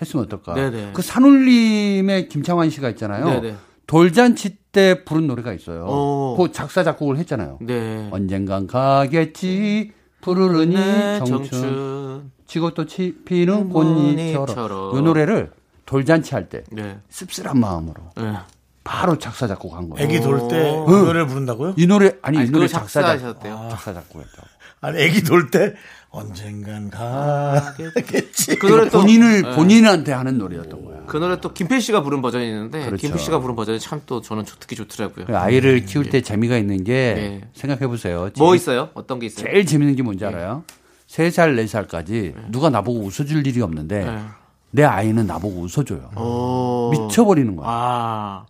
G: 했으면 어떨까.
C: 네네.
G: 그 산울림의 김창완 씨가 있잖아요.
C: 네네.
G: 돌잔치 때 부른 노래가 있어요.
C: 어.
G: 그 작사, 작곡을 했잖아요.
C: 네.
G: 언젠간 가겠지 푸르르니
C: 네,
G: 정춘
C: 정춘. 음,
G: 지고 또 치- 피는 꽃잎처럼
C: 꽃잎처럼.
G: 이 노래를 돌잔치 할 때
C: 네.
G: 씁쓸한 마음으로
C: 예.
G: 바로 작사 작곡한 거예요.
B: 애기 돌 때 노래를 부른다고요?
G: 이 노래 아니,
C: 아니,
G: 이 노래
C: 그걸
G: 작사 작-
C: 작사하셨대요.
G: 아, 작사 작곡했다고.
B: 아니, 애기 돌 때 언젠간 아, 가겠지.
C: 그 노래 또
G: 그러니까 본인을 본인한테 하는 노래였던 거야.
C: 그 노래 또 김필 씨가 부른 버전이 있는데
G: 그렇죠. 네.
C: 김필 씨가 부른 버전이 참 또 저는 좋- 듣기 좋더라고요.
G: 그 아이를 키울 때 재미가 있는 게
C: 예.
G: 생각해 보세요.
C: 네. 뭐 있어요? 네. 어떤 게 있어요?
G: 제일 재밌는 게 뭔지 알아요? 세 살 네살까지 누가 나보고 웃어줄 일이 없는데
C: 예.
G: 내 아이는 나보고 웃어줘요.
C: 오.
G: 미쳐버리는 거야.
C: 아.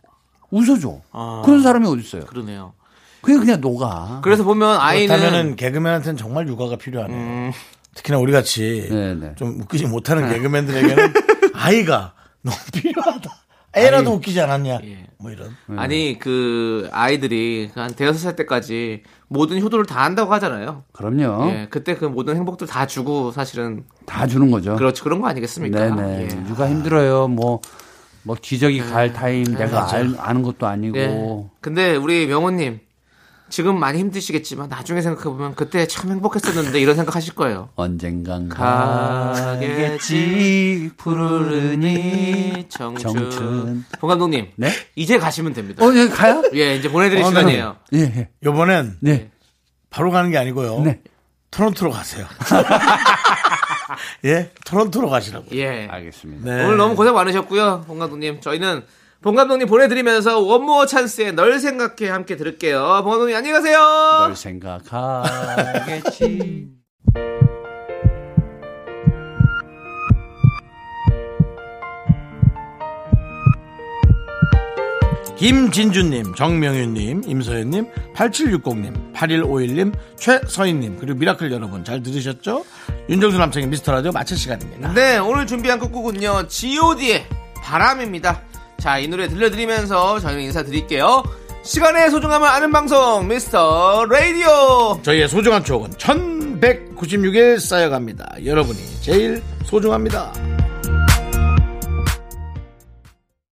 G: 웃어줘.
C: 아.
G: 그런 사람이 어디 있어요?
C: 그러네요.
G: 그게 그냥 녹아.
C: 그래서 보면 아이는
B: 그렇다면은 음. 개그맨한테는 정말 육아가 필요하네요. 특히나 우리 같이
G: 네네.
B: 좀 웃기지 못하는 개그맨들에게는 아이가 너무 필요하다. 애라도 웃기지 않았냐. 뭐 이런.
G: 네.
C: 아니 그 아이들이 한 대여섯 살 때까지 모든 효도를 다 한다고 하잖아요.
G: 그럼요.
C: 예, 그때 그 모든 행복들 다 주고 사실은
G: 다 주는 거죠.
C: 그렇죠 그런 거 아니겠습니까?
G: 어? 네네.
C: 예.
G: 육아 힘들어요. 뭐, 뭐 기저귀 갈 타임 내가 알, 아는 것도 아니고.
C: 그렇죠. 네. 근데 우리 명호님 지금 많이 힘드시겠지만 나중에 생각해 보면 그때 참 행복했었는데 이런 생각하실 거예요.
G: 언젠간
C: 가겠지 푸르르니
G: 정춘.
C: 정춘. 봉 감독님,
G: 네?
C: 이제 가시면 됩니다.
G: 어, 여기 가요?
C: 예, 이제 보내드릴
B: 어, 네.
C: 시간이에요.
G: 예, 예.
B: 요번엔
G: 네.
B: 바로 가는 게
C: 어?
B: 아니고요.
G: 네.
B: 토론토로 가세요. 예? 토론토로 가시라고.
C: 예.
G: 알겠습니다.
B: 네.
C: 오늘 너무 고생 많으셨고요, 봉 감독님. 저희는 봉 감독님 보내드리면서 원모어 찬스에 널 생각해 함께 들을게요. 봉 감독님 안녕히 가세요.
G: 널 생각하겠지.
B: 김진주님, 정명윤님, 임서연님, 8760님, 8151님, 최서인님, 그리고 미라클 여러분 잘 들으셨죠? 윤정수 남창의 미스터 라디오 마칠 시간입니다.
C: 네, 오늘 준비한 곡곡은요, GOD의 바람입니다. 자, 이 노래 들려드리면서 저희는 인사드릴게요. 시간의 소중함을 아는 방송, 미스터 라디오!
B: 저희의 소중한 추억은 1196일 쌓여갑니다. 여러분이 제일 소중합니다.